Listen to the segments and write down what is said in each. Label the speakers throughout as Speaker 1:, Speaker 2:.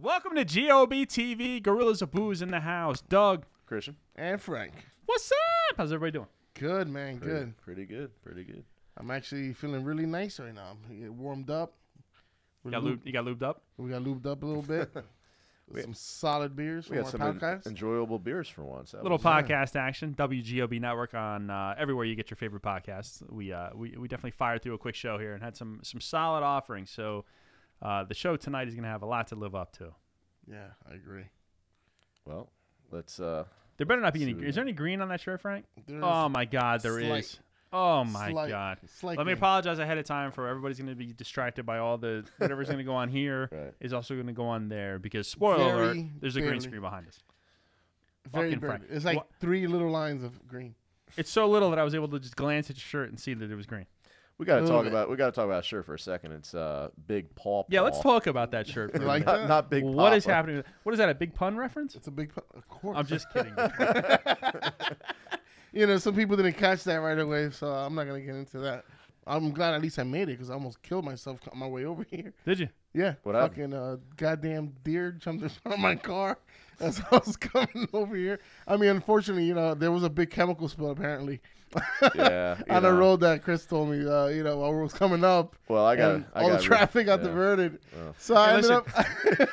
Speaker 1: Welcome to GOB TV, Gorillas of Booze in the house. Doug,
Speaker 2: Christian.
Speaker 3: And Frank.
Speaker 1: what's up? How's everybody doing?
Speaker 3: Good, man.
Speaker 2: Pretty,
Speaker 3: Good.
Speaker 2: Pretty good. Pretty good.
Speaker 3: I'm actually feeling really nice right now. I'm get warmed up. We
Speaker 1: You got,
Speaker 3: lube-
Speaker 1: lube, you got lubed up?
Speaker 3: We got lubed up a little bit. With
Speaker 2: We-
Speaker 3: some solid beers
Speaker 2: We
Speaker 3: from our
Speaker 2: got some en-
Speaker 3: podcast.
Speaker 2: enjoyable beers for once. That
Speaker 1: Little
Speaker 2: was-
Speaker 1: podcast action, WGOB Network on uh, everywhere you get your favorite podcasts. We, uh, we we definitely fired through a quick show here and had some some solid offerings. So uh, the show tonight is going to have a lot to live up to.
Speaker 3: yeah, I agree.
Speaker 2: Well, let's. uh
Speaker 1: There better not be
Speaker 2: See
Speaker 1: any.
Speaker 2: what
Speaker 1: gre-
Speaker 2: we
Speaker 1: Is there
Speaker 2: got.
Speaker 1: any green on that shirt, Frank?
Speaker 3: There's
Speaker 1: Oh my God, there is.
Speaker 3: Mm, slight-
Speaker 1: Oh my
Speaker 3: slight-
Speaker 1: God.
Speaker 3: slight
Speaker 1: Let me
Speaker 3: green.
Speaker 1: apologize ahead of time for everybody's going to be distracted by all the whatever's going to go on here is
Speaker 2: Right.
Speaker 1: also going to go on there because spoiler
Speaker 3: Very
Speaker 1: alert, there's a green
Speaker 3: barely.
Speaker 1: screen behind us.
Speaker 3: Very
Speaker 1: fucking
Speaker 3: burnt.
Speaker 1: Frank.
Speaker 3: It's like
Speaker 1: What-
Speaker 3: three little lines of green.
Speaker 1: It's so little that I was able to just glance at your shirt and see that it was green.
Speaker 2: We got to
Speaker 3: Little
Speaker 2: talk
Speaker 3: bit.
Speaker 2: about. We got to talk about sure for a second. It's uh big paw.
Speaker 1: Yeah, letlet's
Speaker 2: Paw.
Speaker 1: talk about that shirt. For a
Speaker 3: Like
Speaker 1: minute.
Speaker 2: Not, not big.
Speaker 1: what is
Speaker 2: Papa.
Speaker 1: happening? with- What is that? A big pun reference?
Speaker 3: It's a big, pu- of course.
Speaker 1: I'm just kidding.
Speaker 3: you know, some people didn't catch that right away, so I'm not gonna get into that. I'm glad at least I made it because I almost killed myself on my way over here.
Speaker 1: Did you?
Speaker 3: Yeah,
Speaker 2: What
Speaker 3: fucking uh, goddamn deer jumped in front of my car as I was coming over here. I mean, unfortunately, you know, there was a big chemical spill apparently
Speaker 2: Yeah. you
Speaker 3: on the
Speaker 2: know.
Speaker 3: road that Chris told me. Uh, you know, while we was coming up,
Speaker 2: Well, I got.
Speaker 3: and all the traffic got diverted. So I
Speaker 1: Hey,
Speaker 3: ended up.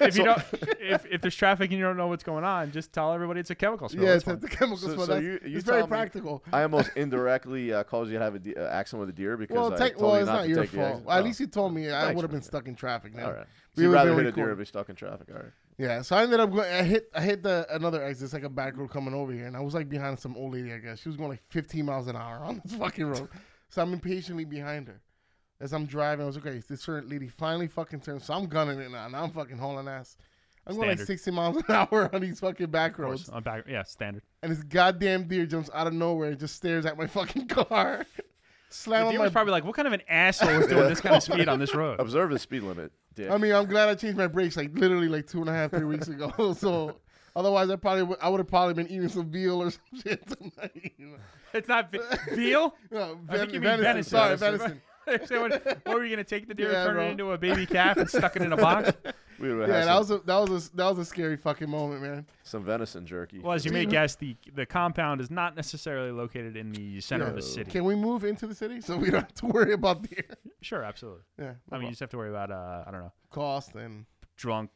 Speaker 1: If you don't, if, if there's traffic and you don't know what's going on, just tell everybody it's a chemical spill.
Speaker 3: yeah,
Speaker 1: That's
Speaker 3: it's
Speaker 1: fine.
Speaker 3: the chemical
Speaker 2: So-
Speaker 3: spill.
Speaker 2: so
Speaker 3: That's-
Speaker 2: you- you
Speaker 3: it's very
Speaker 2: tell me-
Speaker 3: practical.
Speaker 2: I almost indirectly uh, caused you to have an de- uh, accident with a deer because
Speaker 3: Well,
Speaker 2: I
Speaker 3: take-
Speaker 2: told
Speaker 3: well,
Speaker 2: you
Speaker 3: it's
Speaker 2: not
Speaker 3: not
Speaker 2: to
Speaker 3: your
Speaker 2: take the
Speaker 3: fault.
Speaker 2: exit.
Speaker 3: At
Speaker 2: Oh,
Speaker 3: least you told me. I
Speaker 2: Thanks,
Speaker 3: would have been
Speaker 2: man.
Speaker 3: stuck in traffic. Now.
Speaker 2: All right. So
Speaker 3: We
Speaker 2: you'd
Speaker 3: would've
Speaker 2: rather
Speaker 3: been
Speaker 2: hit a deer
Speaker 3: recording.
Speaker 2: and be stuck in traffic. All right.
Speaker 3: Yeah, so I ended up going. I hit I hit the another exit, it's like a back road coming over here, and I was like behind some old lady. I guess she was going like 15 miles an hour on this fucking road. So I'm impatiently behind her as I'm driving. I was like, okay, this certain lady finally fucking turns. So I'm gunning it now, and I'm fucking hauling ass. I'm going like
Speaker 1: Standard.
Speaker 3: 60 miles an hour on these fucking back
Speaker 1: Of course,
Speaker 3: roads,
Speaker 1: on back- yeah, standard.
Speaker 3: and this goddamn deer jumps out of nowhere and just stares at my fucking car. Slam
Speaker 1: The
Speaker 3: on
Speaker 1: deer
Speaker 3: my.
Speaker 1: was probably like, "What kind of an asshole is doing this kind of speed on this road?"
Speaker 2: Observe the speed limit, Dick.
Speaker 3: I mean, I'm glad I changed my brakes like literally like two and a half, three weeks ago. so otherwise, I probably would, I would have probably been eating some veal or some shit tonight. you know.
Speaker 1: It's not ve- veal.
Speaker 3: No,
Speaker 1: I think
Speaker 3: ven-
Speaker 1: you mean
Speaker 3: venison.
Speaker 1: venison.
Speaker 3: Sorry,
Speaker 1: That's-
Speaker 3: venison.
Speaker 1: So what, what were you gonna take the deer,
Speaker 3: Yeah,
Speaker 1: turn
Speaker 3: bro.
Speaker 1: it into a baby calf, and stuck it in a box?
Speaker 2: we would have
Speaker 3: Yeah,
Speaker 2: had
Speaker 3: that
Speaker 2: some,
Speaker 3: was a that was a that was a scary fucking moment, man.
Speaker 2: some venison jerky.
Speaker 1: Well, as you may guess, the the compound is not necessarily located in the center of the
Speaker 3: Yeah.
Speaker 1: city.
Speaker 3: Can we move into the city so we don't have to worry about the
Speaker 1: Sure, absolutely.
Speaker 3: yeah,
Speaker 1: I mean, you just have to worry about uh, I don't know,
Speaker 3: cost and
Speaker 1: drunk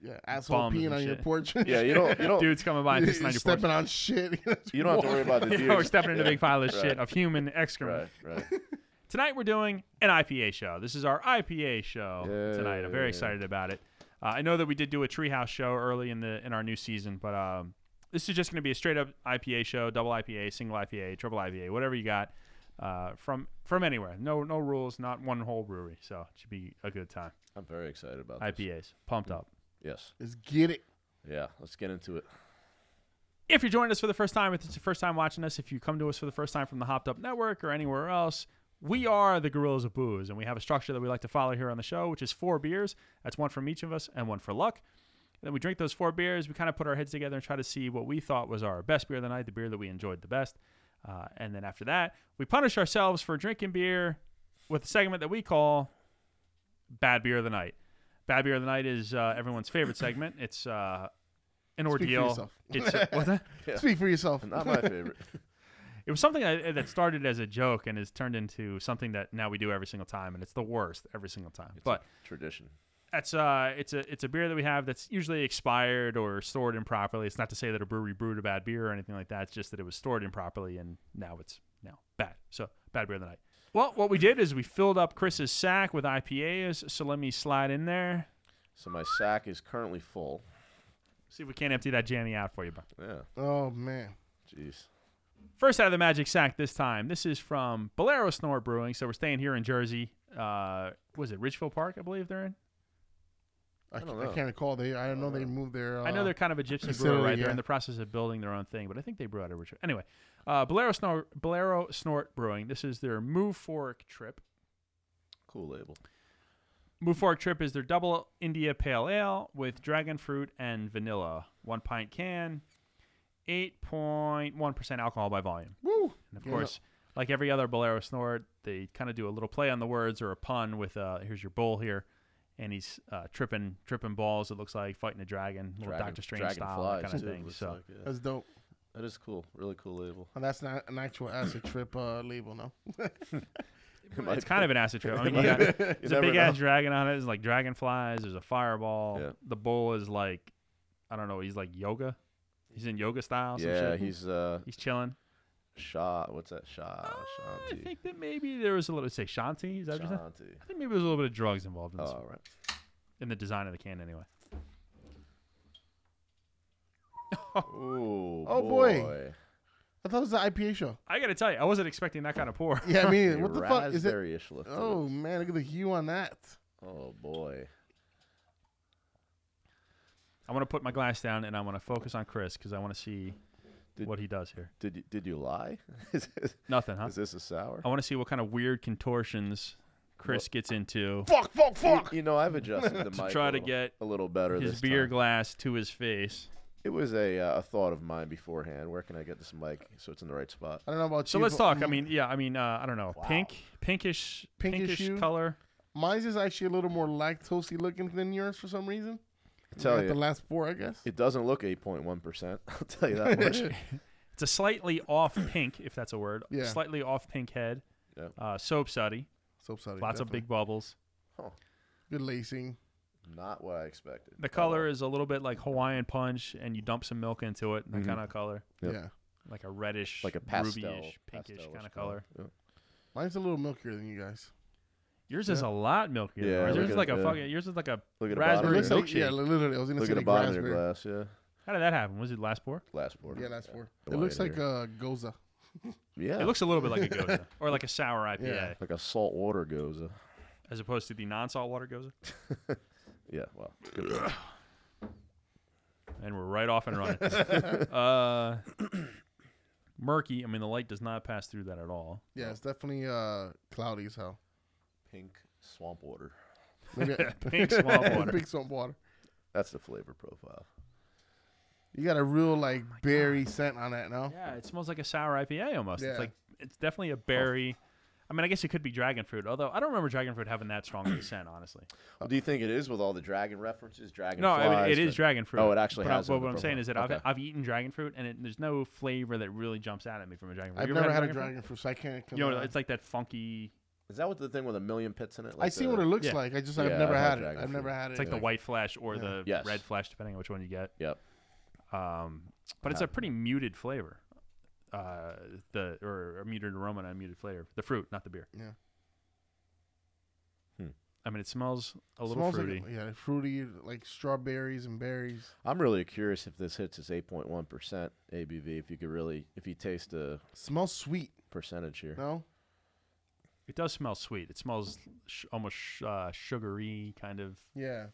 Speaker 3: yeah, asshole
Speaker 1: Bums
Speaker 3: peeing
Speaker 1: and
Speaker 3: on your
Speaker 1: shit.
Speaker 3: porch.
Speaker 2: yeah, you don't. oh, You don't.
Speaker 1: dudes coming by and
Speaker 3: You're
Speaker 1: pissing on your porch.
Speaker 3: stepping on shit.
Speaker 2: you don't have to worry about the
Speaker 1: You
Speaker 2: deer.
Speaker 1: know, we're stepping into a big pile of shit
Speaker 2: Right.
Speaker 1: of human excrement.
Speaker 2: Right. Right.
Speaker 1: Tonight we're doing an IPA show. This is our IPA show tonight. I'm very
Speaker 2: Yay.
Speaker 1: excited about it. Uh, I know that we did do a Treehouse show early in the in our new season, but um, this is just going to be a straight up IPA show, double IPA, single IPA, triple IPA, whatever you got uh, from from anywhere. No no rules, not one whole brewery. So it should be a good time.
Speaker 2: I'm very excited about this.
Speaker 1: IPAs, pumped up.
Speaker 2: Yes.
Speaker 3: Let's get it.
Speaker 2: Yeah. Let's get into it.
Speaker 1: If you're joining us for the first time, if it's your first time watching us, if you come to us for the first time from the Hopped Up Network or anywhere else, we are the Gorillas of Booze, and we have a structure that we like to follow here on the show, which is four beers. That's one from each of us and one for luck. And then we drink those four beers. We kind of put our heads together and try to see what we thought was our best beer of the night, the beer that we enjoyed the best. Uh, and then after that, we punish ourselves for drinking beer with a segment that we call Bad Beer of the Night. Bad Beer of the Night is uh, everyone's favorite segment. It's uh, an
Speaker 3: Speak for
Speaker 1: ordeal.
Speaker 3: yourself.
Speaker 1: It's a- what's that?
Speaker 2: Yeah.
Speaker 3: Speak for yourself.
Speaker 2: Not my favorite.
Speaker 1: It was something that, that started as a joke and has turned into something that now we do every single time, and it's the worst every single time. but
Speaker 2: Tradition.
Speaker 1: that's uh, it's a it's a beer that we have that's usually expired or stored improperly. It's not to say that a brewery brewed a bad beer or anything like that. It's just that it was stored improperly and now it's now bad. So bad beer of the night. Well, what we did is we filled up Chris's sack with IPAs. So let me slide in there.
Speaker 2: So my sack is currently full.
Speaker 1: See if we can't empty that jammy out for you, bro.
Speaker 2: Yeah.
Speaker 3: Oh man,
Speaker 2: Jeez.
Speaker 1: First out of the magic sack this time. This is from Bolero Snore Brewing. So we're staying here in Jersey. Uh, was it Ridgeville Park? I believe they're in.
Speaker 3: I,
Speaker 2: don't
Speaker 3: ca- I
Speaker 2: know.
Speaker 3: can't recall. They I know they moved their. Uh,
Speaker 1: I know they're kind of a gypsy brewer,
Speaker 3: facility,
Speaker 1: right? They're
Speaker 3: yeah.
Speaker 1: in the process of building their own thing, but I think they brew out of Richmond. Anyway, uh, Bolero, Snor- Bolero Snort Brewing. This is their Move Fork Trip.
Speaker 2: Cool label.
Speaker 1: Move Fork Trip is their double India Pale Ale with dragon fruit and vanilla. One pint can, 8.1% alcohol by volume.
Speaker 3: Woo.
Speaker 1: And of
Speaker 3: Yeah.
Speaker 1: course, like every other Bolero snort, they kind of do a little play on the words or a pun with uh, here's your bull here. and he's uh, tripping tripping balls. It looks like fighting a dragon, little
Speaker 2: Dragon-
Speaker 1: Doctor Strange
Speaker 2: dragon
Speaker 1: style
Speaker 2: flies,
Speaker 1: kind of
Speaker 2: too, it
Speaker 1: thing.
Speaker 2: looks
Speaker 1: So
Speaker 2: like, yeah.
Speaker 3: That's dope.
Speaker 2: that is cool. Really cool label.
Speaker 3: And that's not an actual acid trip uh, label, no.
Speaker 1: it's kind of an acid trip. I mean, you got- There's a big ass dragon on it. There's like dragonflies. There's a fireball.
Speaker 2: Yeah.
Speaker 1: The bull is like, I don't know. He's like yoga. He's in yoga style. Some
Speaker 2: Yeah,
Speaker 1: shit.
Speaker 2: he's uh
Speaker 1: he's chilling.
Speaker 2: Shah. What's that? Shah.
Speaker 1: Oh, I
Speaker 2: Ah, Shanti.
Speaker 1: think that maybe there was a little say Shanti. Is that what you said?
Speaker 2: Shanti.
Speaker 1: I think maybe there's a little bit of drugs involved in
Speaker 2: Oh,
Speaker 1: this,
Speaker 2: all right.
Speaker 1: in the design of the can anyway.
Speaker 2: Ooh,
Speaker 3: Oh, boy. I thought it was the IPA show.
Speaker 1: I gotta tell you, I wasn't expecting that kind of pour.
Speaker 3: Yeah, I mean,
Speaker 2: A
Speaker 3: what the fuck is it?
Speaker 2: raspberry-ish look to it?
Speaker 3: Oh man, look at the hue on that.
Speaker 2: Oh boy.
Speaker 1: I want to put my glass down and I want to focus on Chris because I want to see
Speaker 2: Did-
Speaker 1: what he does here.
Speaker 2: Did you did you lie? is, this,
Speaker 1: Nothing, huh? Oh,
Speaker 2: is this a sour?
Speaker 1: I want to see what kind of weird contortions Chris gets into
Speaker 3: Fuck, fuck,
Speaker 2: You-
Speaker 3: fuck.
Speaker 2: You, know, I've adjusted the
Speaker 1: to
Speaker 2: mic
Speaker 1: try
Speaker 2: a
Speaker 1: to
Speaker 2: little-
Speaker 1: get
Speaker 2: a little better
Speaker 1: his
Speaker 2: this
Speaker 1: beer
Speaker 2: time.
Speaker 1: glass to his face.
Speaker 2: It was a uh, a thought of mine beforehand. Where can I get this mic so it's in the right spot?
Speaker 3: I don't know about
Speaker 1: So
Speaker 3: you.
Speaker 1: let's
Speaker 3: but
Speaker 1: talk. I
Speaker 3: m-
Speaker 1: mean, yeah, I mean, uh, I don't know, pink, pinkish,
Speaker 3: Pinkish
Speaker 1: pinkish,
Speaker 3: hue?
Speaker 1: color.
Speaker 3: mine's is actually a little more lactosey looking than yours for some reason.
Speaker 2: I tell
Speaker 3: Like
Speaker 2: you,
Speaker 3: the last four, I guess.
Speaker 2: it doesn't look 8.1 percent. I'll tell you that much.
Speaker 1: It's a slightly off pink, if that's a word.
Speaker 3: Yeah.
Speaker 1: Slightly off pink head.
Speaker 2: Yep.
Speaker 1: Uh, soap suddy.
Speaker 3: Soap suddy,
Speaker 1: Lots of
Speaker 3: definitely.
Speaker 1: big bubbles.
Speaker 3: good lacing.
Speaker 2: Not what I expected.
Speaker 1: The color is a little bit like Hawaiian punch, and you dump some milk into it, and that
Speaker 2: Mhm.
Speaker 1: kind of color,
Speaker 2: Yep.
Speaker 3: Yeah,
Speaker 1: like a reddish,
Speaker 2: like a pastel,
Speaker 1: rubyish, pinkish
Speaker 2: pastel-ish
Speaker 1: kind of color.
Speaker 3: mine's a little milkier than you guys.
Speaker 1: Yours
Speaker 3: Yeah.
Speaker 1: is a lot milkier. than
Speaker 2: Yeah,
Speaker 1: ours.
Speaker 2: look
Speaker 1: yours is
Speaker 2: at
Speaker 1: like
Speaker 2: it,
Speaker 1: a
Speaker 2: yeah.
Speaker 1: fucking. Yours is like a.
Speaker 2: Look at the
Speaker 3: It
Speaker 2: bottom.
Speaker 1: Raspberry
Speaker 2: of
Speaker 3: looks
Speaker 2: your-
Speaker 3: like yeah,
Speaker 1: milkshake.
Speaker 3: literally. I was gonna
Speaker 2: Look
Speaker 3: say
Speaker 2: at the
Speaker 3: like
Speaker 2: bottom of
Speaker 3: raspberry.
Speaker 2: your glass. Yeah,
Speaker 1: How did that happen? Was it last pour?
Speaker 2: last pour.
Speaker 3: Yeah, that's four.
Speaker 2: Come
Speaker 3: It
Speaker 2: on
Speaker 3: looks
Speaker 2: in
Speaker 3: like
Speaker 2: here.
Speaker 3: a goza.
Speaker 2: yeah.
Speaker 1: It looks a little bit like a goza, or like a sour IPA,
Speaker 3: Yeah.
Speaker 2: like a salt water uh, goza.
Speaker 1: as opposed to the non-salt water goza.
Speaker 2: Yeah, well, good point.
Speaker 1: And we're right off and running. uh, murky. I mean, the light does not pass through that at all.
Speaker 3: Yeah, it's definitely uh, cloudy as hell.
Speaker 2: pink swamp water.
Speaker 3: Maybe I-
Speaker 1: Pink swamp water.
Speaker 3: Pink swamp water.
Speaker 2: That's the flavor profile.
Speaker 3: You got a real like berry scent on that now.
Speaker 1: Oh Yeah, it smells like a sour IPA almost.
Speaker 3: Yeah.
Speaker 1: It's like it's definitely a berry. I mean, I guess it could be dragon fruit, although I don't remember dragon fruit having that strong of a scent, honestly.
Speaker 2: do you think it is with all the dragon references? Dragon.
Speaker 1: No, I mean, it is dragon fruit.
Speaker 2: Oh, it actually
Speaker 1: but I-
Speaker 2: has it
Speaker 1: But
Speaker 2: in the
Speaker 1: what I'm saying
Speaker 2: profile.
Speaker 1: is that
Speaker 2: Okay.
Speaker 1: I've, I've eaten dragon fruit, and it, there's no flavor that really jumps out at me from a dragon fruit.
Speaker 3: I've
Speaker 1: You ever
Speaker 3: never had a
Speaker 1: fruit?
Speaker 3: dragon fruit, so I can't.
Speaker 1: You know,
Speaker 3: compare.
Speaker 1: it's like that funky.
Speaker 2: Is that what the thing with a million pits in it?
Speaker 3: I
Speaker 2: Like
Speaker 3: see
Speaker 2: the-
Speaker 3: what it looks
Speaker 1: yeah.
Speaker 3: like. I just
Speaker 2: Yeah,
Speaker 3: I've never
Speaker 2: I've had
Speaker 3: had it.
Speaker 2: dragon
Speaker 3: I've
Speaker 2: fruit.
Speaker 3: never had it.
Speaker 1: It's like the white flesh or
Speaker 3: Yeah.
Speaker 1: the
Speaker 2: Yes.
Speaker 1: red flesh, depending on which one you get.
Speaker 2: Yep.
Speaker 1: Um, but it's
Speaker 2: Uh,
Speaker 1: a pretty muted flavor. Uh, the or a muted aroma and a muted flavor. The fruit, not the beer.
Speaker 3: Yeah.
Speaker 2: Hmm.
Speaker 1: I mean, it smells a little
Speaker 3: Smells
Speaker 1: fruity.
Speaker 3: Like, yeah, fruity like strawberries and berries.
Speaker 2: I'm really curious if this hits its 8.1 percent ABV. If you could really, if you taste the
Speaker 3: Smells sweet.
Speaker 2: percentage here,
Speaker 3: No,
Speaker 1: it does smell sweet. It smells sh- almost sh- uh, sugary, kind of.
Speaker 3: yeah,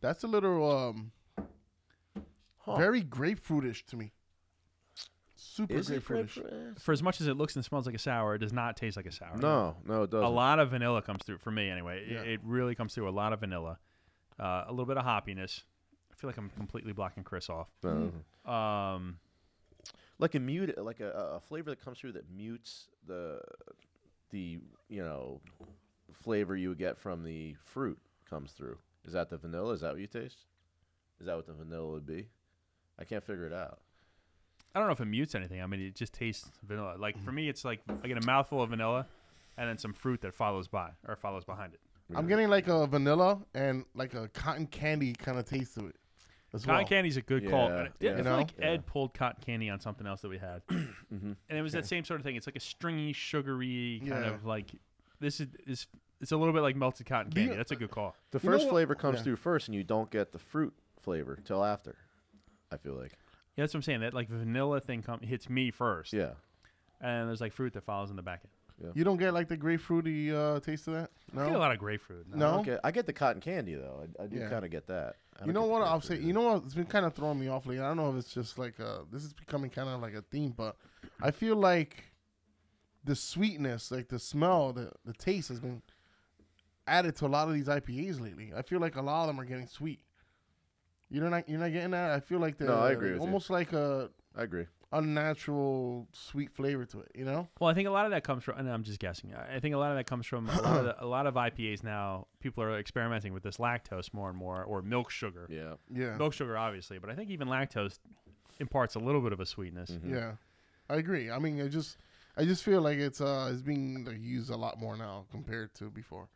Speaker 3: that's a little um
Speaker 2: Huh.
Speaker 3: very grapefruitish to me. Super
Speaker 2: is it
Speaker 3: grapefruitish.
Speaker 2: grapefruit?
Speaker 1: For as much as it looks and smells like a sour, it does not taste like a sour.
Speaker 2: No, no, it doesn't.
Speaker 1: a lot of vanilla comes through for me anyway. It-
Speaker 3: Yeah.
Speaker 1: It, really comes through a lot of vanilla, uh, a little bit of hoppiness. I feel like I'm completely blocking Chris off.
Speaker 2: No.
Speaker 1: Um,
Speaker 2: Like a mute, like a, a- a flavor that comes through that mutes the the you know flavor you would get from the fruit comes through. Is that the vanilla? Is that what you taste? Is that what the vanilla would be? I can't figure it out.
Speaker 1: I don't know if it mutes anything. I mean, it just tastes vanilla. Like
Speaker 2: Mm-hmm.
Speaker 1: for me, it's like I get a mouthful of vanilla, and then some fruit that follows by or follows behind it.
Speaker 3: I'm getting like a vanilla and like a cotton candy kind of taste to it. As
Speaker 1: Cotton
Speaker 3: well.
Speaker 1: candy's a good call.
Speaker 2: Yeah,
Speaker 1: And I-
Speaker 2: yeah.
Speaker 1: I
Speaker 2: You
Speaker 1: feel like
Speaker 2: know?
Speaker 1: Ed pulled cotton candy on something else that we had,
Speaker 2: Mm-hmm.
Speaker 1: and it was that same sort of thing. It's like a stringy, sugary kind
Speaker 3: Yeah.
Speaker 1: of like this is is. It's a little bit like melted cotton
Speaker 3: Do you-
Speaker 1: candy. That's a good call.
Speaker 2: The
Speaker 3: You know
Speaker 2: first
Speaker 3: what-
Speaker 2: flavor comes
Speaker 3: yeah.
Speaker 2: through first, and you don't get the fruit flavor till after. I feel like.
Speaker 1: Yeah, that's what I'm saying. That like vanilla thing come, hits me first.
Speaker 2: Yeah.
Speaker 1: and there's like fruit that follows in the back end.
Speaker 3: You don't get like the grapefruity uh, taste of that. No,
Speaker 1: I get a lot of grapefruit.
Speaker 3: No?
Speaker 2: I, don't get, I get the cotton candy though. I, I do
Speaker 3: Yeah.
Speaker 2: kind of get that. I
Speaker 3: You
Speaker 2: don't
Speaker 3: know
Speaker 2: get the
Speaker 3: what? I'll
Speaker 2: grapefruit
Speaker 3: say.
Speaker 2: either.
Speaker 3: You know what? It's been kind of throwing me off lately. I don't know if it's just like uh this is becoming kind of like a theme, but I feel like the sweetness, like the smell, the the taste has been added to a lot of these IPAs lately. I feel like a lot of them are getting sweet. You're not you're not getting that. I feel like the
Speaker 2: No, I agree with you.
Speaker 3: almost like a
Speaker 2: I agree.
Speaker 3: unnatural sweet flavor to it. You know,
Speaker 1: Well, I think a lot of that comes from, and I'm just guessing. I I think a lot of that comes from a lot of, the, a lot of IPAs now. People are experimenting with this lactose more and more, or milk sugar.
Speaker 2: Yeah.
Speaker 3: yeah,
Speaker 1: Milk sugar, obviously, but I think even lactose imparts a little bit of a sweetness.
Speaker 2: Mhm.
Speaker 3: yeah. I agree. I mean, I just I just feel like it's uh it's being like, used a lot more now compared to before.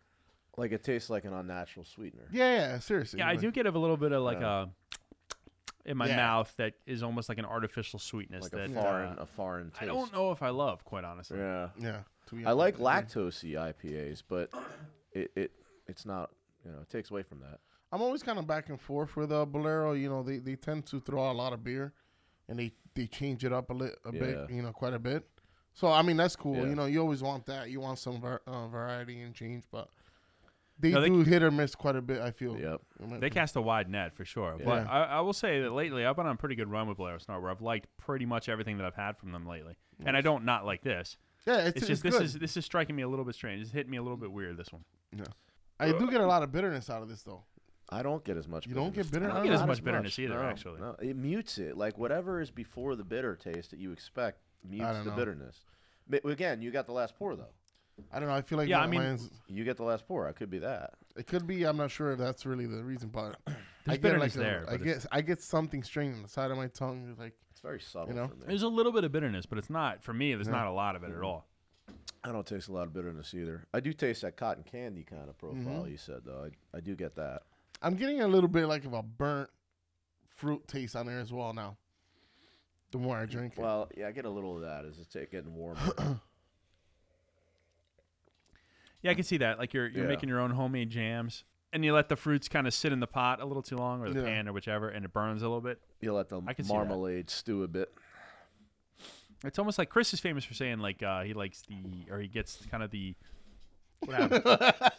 Speaker 2: Like it tastes like an unnatural sweetener.
Speaker 3: Yeah, yeah, seriously.
Speaker 1: Yeah, I
Speaker 3: like-
Speaker 1: do get a little bit of like a
Speaker 2: Yeah.
Speaker 1: in my
Speaker 3: Yeah.
Speaker 1: mouth that is almost like an artificial sweetness
Speaker 2: Like a
Speaker 1: that
Speaker 2: foreign,
Speaker 1: uh,
Speaker 2: a foreign taste.
Speaker 1: I don't know if I love, quite honestly.
Speaker 2: Yeah.
Speaker 3: Yeah, to be
Speaker 2: I like
Speaker 3: honest, agree.
Speaker 2: lactosey IPAs, but it, it it's not you know it takes away from that.
Speaker 3: I'm always kind of back and forth with uh, Bolero. You know, they, they tend to throw out a lot of beer, and they they change it up a, lit, a bit.
Speaker 2: Yeah.
Speaker 3: You know, quite a bit. So I mean, that's cool.
Speaker 2: Yeah.
Speaker 3: You know, you always want that. You want some var- uh, variety and change, but they
Speaker 1: No, they-
Speaker 3: do hit or miss quite a bit. I feel.
Speaker 2: Yep.
Speaker 1: They cast a wide net for sure. But
Speaker 3: Yeah.
Speaker 1: I, I will say that lately I've been on a pretty good run with Blair Snort where I've liked pretty much everything that I've had from them lately. And I don't not like this.
Speaker 3: Yeah, it's,
Speaker 1: It's,
Speaker 3: it's
Speaker 1: just this
Speaker 3: good.
Speaker 1: is this is striking me a little bit strange. It's hitting me a little bit weird this one.
Speaker 3: I do get a lot of bitterness out of this though.
Speaker 2: I don't get as much.
Speaker 3: You don't
Speaker 2: bitterness.
Speaker 3: get bitter?
Speaker 2: No,
Speaker 3: I don't get as
Speaker 2: not
Speaker 1: much bitterness either,
Speaker 2: No,
Speaker 1: actually.
Speaker 2: no. it mutes it. Like whatever is before the bitter taste that you expect mutes
Speaker 3: don't
Speaker 2: the
Speaker 3: know.
Speaker 2: bitterness. But again, you got the last pour though.
Speaker 3: I don't know. I feel like
Speaker 1: Yeah,
Speaker 3: my-
Speaker 1: I mean-
Speaker 3: mine's-
Speaker 2: You get the last pour. I could be that.
Speaker 3: it could be. I'm not sure if that's really the reason, but I
Speaker 1: There's
Speaker 3: get
Speaker 1: bitterness
Speaker 3: like
Speaker 1: there.
Speaker 3: A, I
Speaker 1: but it's-
Speaker 3: get I get something stringing the side of my tongue. Like
Speaker 2: It's very subtle.
Speaker 3: know?
Speaker 2: for me.
Speaker 1: there's a little bit of bitterness, but it's not for me, there's not a lot of it at all.
Speaker 2: I don't taste a lot of bitterness either. I do taste that cotton candy kind of profile
Speaker 3: Mm-hmm.
Speaker 2: you said though. I, I do get that.
Speaker 3: I'm getting a little bit like of a burnt fruit taste on there as well now. The more I drink it.
Speaker 2: Well, yeah, I get a little of that as it's getting warmer.
Speaker 1: Yeah, I can see that. Like you're you're
Speaker 2: Yeah.
Speaker 1: making your own homemade jams and you let the fruits kind of sit in the pot a little too long or the
Speaker 3: Yeah.
Speaker 1: pan or whichever and it burns a little bit.
Speaker 2: you let the
Speaker 1: I can see that.
Speaker 2: marmalade stew a bit.
Speaker 1: It's almost like Chris is famous for saying like uh, he likes the or he gets kind of the what happened?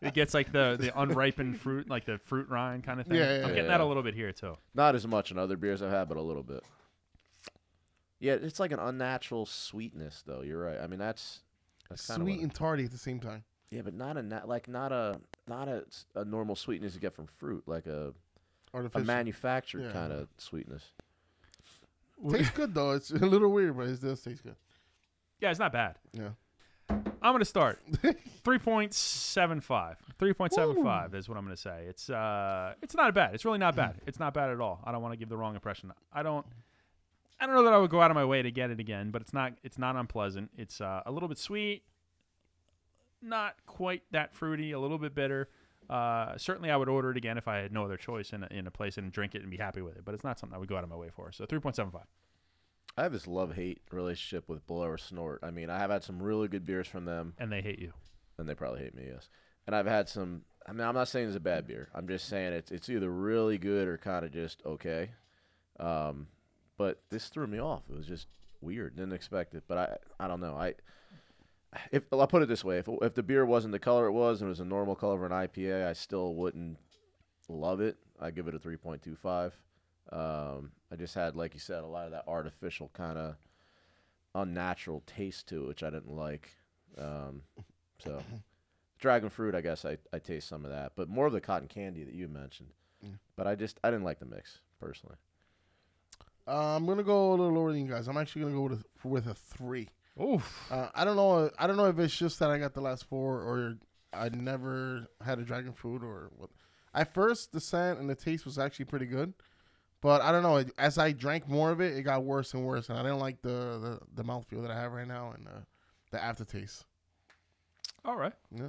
Speaker 1: it gets like the the unripened fruit, like the fruit rind kind of thing.
Speaker 3: Yeah, yeah,
Speaker 1: I'm getting
Speaker 2: yeah.
Speaker 1: that a little bit here too.
Speaker 2: Not as much in other beers I've had, but a little bit. Yeah, it's like an unnatural sweetness, though. You're right. I mean, that's, that's kinda what
Speaker 3: Sweet
Speaker 2: it-
Speaker 3: and tardy at the same time.
Speaker 2: yeah, but not a nat- like not a not a, s- a normal sweetness you get from fruit, like a a
Speaker 3: Artificial.
Speaker 2: manufactured
Speaker 3: Yeah.
Speaker 2: kind of sweetness.
Speaker 3: tastes good though. It's a little weird, but it does taste good.
Speaker 1: Yeah, it's not bad.
Speaker 3: Yeah.
Speaker 1: I'm gonna start. 3.75. 3.75 is what I'm gonna say. It's uh it's not bad. It's really not bad. It's not bad at all. I don't want to give the wrong impression. I don't I don't know that I would go out of my way to get it again, but it's not it's not unpleasant. It's uh, a little bit sweet, not quite that fruity, a little bit bitter. Uh, certainly, I would order it again if I had no other choice in a, in a place and drink it and be happy with it. But it's not something I would go out of my way for. So 3.75.
Speaker 2: I have this love hate relationship with Blower Snort. I mean, I have had some really good beers from them.
Speaker 1: And they hate you.
Speaker 2: and they probably hate me. Yes, and I've had some. I mean, I'm not saying it's a bad beer. I'm just saying it's it's either really good or kind of just okay. Um, but this threw me off. It was just weird. Didn't expect it. But I I don't know. I if I'll put it this way: if if the beer wasn't the color it was and it was a normal color of an IPA, I still wouldn't love it. I give it a 3.25. Um, I just had, like you said, a lot of that artificial kind of unnatural taste to it, which I didn't like. Um, so, dragon fruit, I guess I, I taste some of that, but more of the cotton candy that you mentioned.
Speaker 3: Yeah.
Speaker 2: But I just I didn't like the mix personally.
Speaker 3: Uh, I'm gonna go a little lower than you guys. I'm actually gonna go with a, with a three.
Speaker 1: Oof.
Speaker 3: Uh, I don't know. I don't know if it's just that I got the last four, or I never had a dragon fruit, or what. At first, the scent and the taste was actually pretty good, but I don't know. it- As I drank more of it, it got worse and worse, and I didn't like the the, the mouthfeel that I have right now and the, the aftertaste.
Speaker 1: All right.
Speaker 3: Yeah.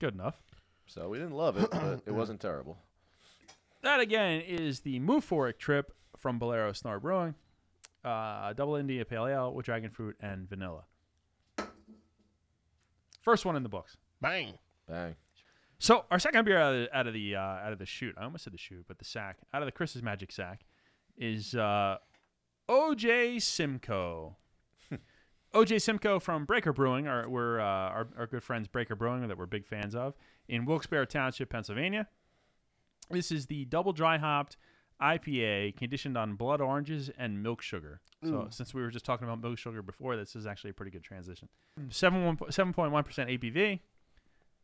Speaker 1: Good enough.
Speaker 2: So we didn't love it, but it wasn't terrible.
Speaker 1: That again is the Muforic trip from Bolero Snar Brewing, uh, double India Pale Ale with dragon fruit and vanilla. First one in the books.
Speaker 3: Bang!
Speaker 2: Bang.
Speaker 1: So our second beer out of the, out of the uh, out of the shoot, I almost said the shoot, but the sack out of the Chris's magic sack is uh, OJ Simcoe. OJ Simcoe from Breaker Brewing, our we're uh, our, our good friends Breaker Brewing that we're big fans of in Wilkes-Barre Township, Pennsylvania. This is the double dry hopped IPA conditioned on blood oranges and milk sugar. So since we were just talking about milk sugar before, this is actually a pretty good transition. 7.1% ABV.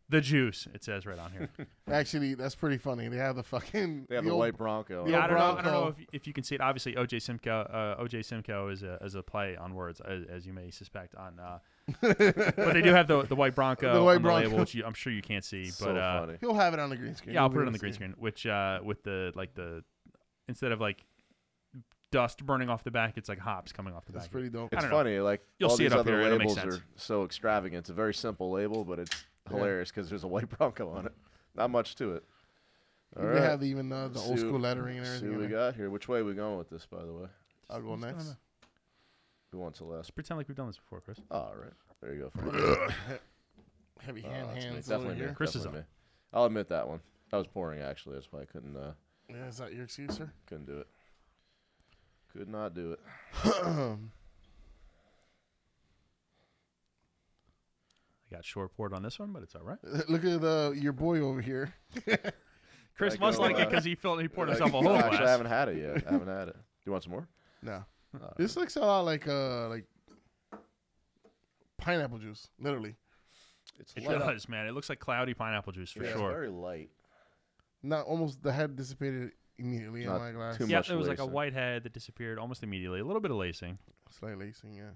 Speaker 1: The juice, it says right on here.
Speaker 3: Actually, that's pretty funny. They have the fucking.
Speaker 2: They have
Speaker 3: the
Speaker 2: a
Speaker 3: old-
Speaker 2: white Bronco.
Speaker 3: the
Speaker 1: Yeah, I
Speaker 3: old
Speaker 1: don't know. I don't know if,
Speaker 3: Bronco.
Speaker 1: if you can see it. Obviously, OJ Simco, uh, OJ Simco is a is a play on words, as, as you may suspect. On, uh, but they do have the the white Bronco
Speaker 3: The white
Speaker 1: on the label,
Speaker 3: Bronco.
Speaker 1: which you, I'm sure you can't see.
Speaker 2: so
Speaker 1: but uh,
Speaker 2: funny.
Speaker 3: He'll have it on the green screen.
Speaker 1: yeah, I'll
Speaker 3: You'll
Speaker 1: put it on
Speaker 3: be able
Speaker 1: the
Speaker 3: to
Speaker 1: green
Speaker 3: see
Speaker 1: screen, which uh, with the like the instead of like dust burning off the back, it's like hops coming off the
Speaker 3: That's
Speaker 1: back.
Speaker 3: pretty dope.
Speaker 1: I
Speaker 2: It's
Speaker 1: don't know.
Speaker 2: funny, like
Speaker 1: You'll
Speaker 2: all
Speaker 1: see it
Speaker 2: these
Speaker 1: up
Speaker 2: other
Speaker 1: here, it'll make sense.
Speaker 2: labels are so extravagant. It's a very simple label, but it's
Speaker 3: Yeah.
Speaker 2: hilarious because there's a white Bronco on it. Not much to it. All
Speaker 3: they
Speaker 2: right,
Speaker 3: have even uh, the
Speaker 2: Let's
Speaker 3: old
Speaker 2: see
Speaker 3: school
Speaker 2: what-
Speaker 3: lettering and
Speaker 2: let's
Speaker 3: everything.
Speaker 2: see what we
Speaker 3: in it.
Speaker 2: got here. Which way are we going with this, by the way?
Speaker 3: I'll go
Speaker 1: Just- I don't
Speaker 3: next.
Speaker 1: know.
Speaker 2: Who wants the last?
Speaker 1: Let's pretend like we've done this before, Chris.
Speaker 2: Oh, all right, there you go. Frank.
Speaker 3: Heavy
Speaker 2: Oh,
Speaker 3: hand
Speaker 2: that's me.
Speaker 3: hands over
Speaker 2: Definitely me.
Speaker 3: here.
Speaker 1: Chris is
Speaker 2: Definitely me. I'll admit that one. That was boring, actually. That's why I couldn't uh,
Speaker 3: Yeah, is that your excuse, sir?
Speaker 2: couldn't do it. Could not do it.
Speaker 1: I got short poured on this one, but it's all right.
Speaker 3: Look at the your boy over here.
Speaker 1: Chris
Speaker 2: I
Speaker 1: must
Speaker 2: go,
Speaker 1: like it
Speaker 2: uh,
Speaker 1: because he filled he poured
Speaker 2: Like,
Speaker 1: himself a whole
Speaker 2: no, Actually, I
Speaker 1: glass.
Speaker 2: haven't had it yet. I haven't had it. You want some more?
Speaker 3: No,
Speaker 2: All
Speaker 3: this looks a lot like uh like pineapple juice, literally.
Speaker 2: It's
Speaker 1: It
Speaker 2: light.
Speaker 1: does, man. It looks like cloudy pineapple juice for
Speaker 2: Yeah,
Speaker 1: sure.
Speaker 2: It's very light.
Speaker 3: Not almost the head dissipated immediately
Speaker 2: Not
Speaker 3: in my glass.
Speaker 2: too
Speaker 1: yeah,
Speaker 2: much
Speaker 1: there was like a
Speaker 2: lacing.
Speaker 1: white head that disappeared almost immediately. A little bit of lacing,
Speaker 3: Slight lacing, yeah.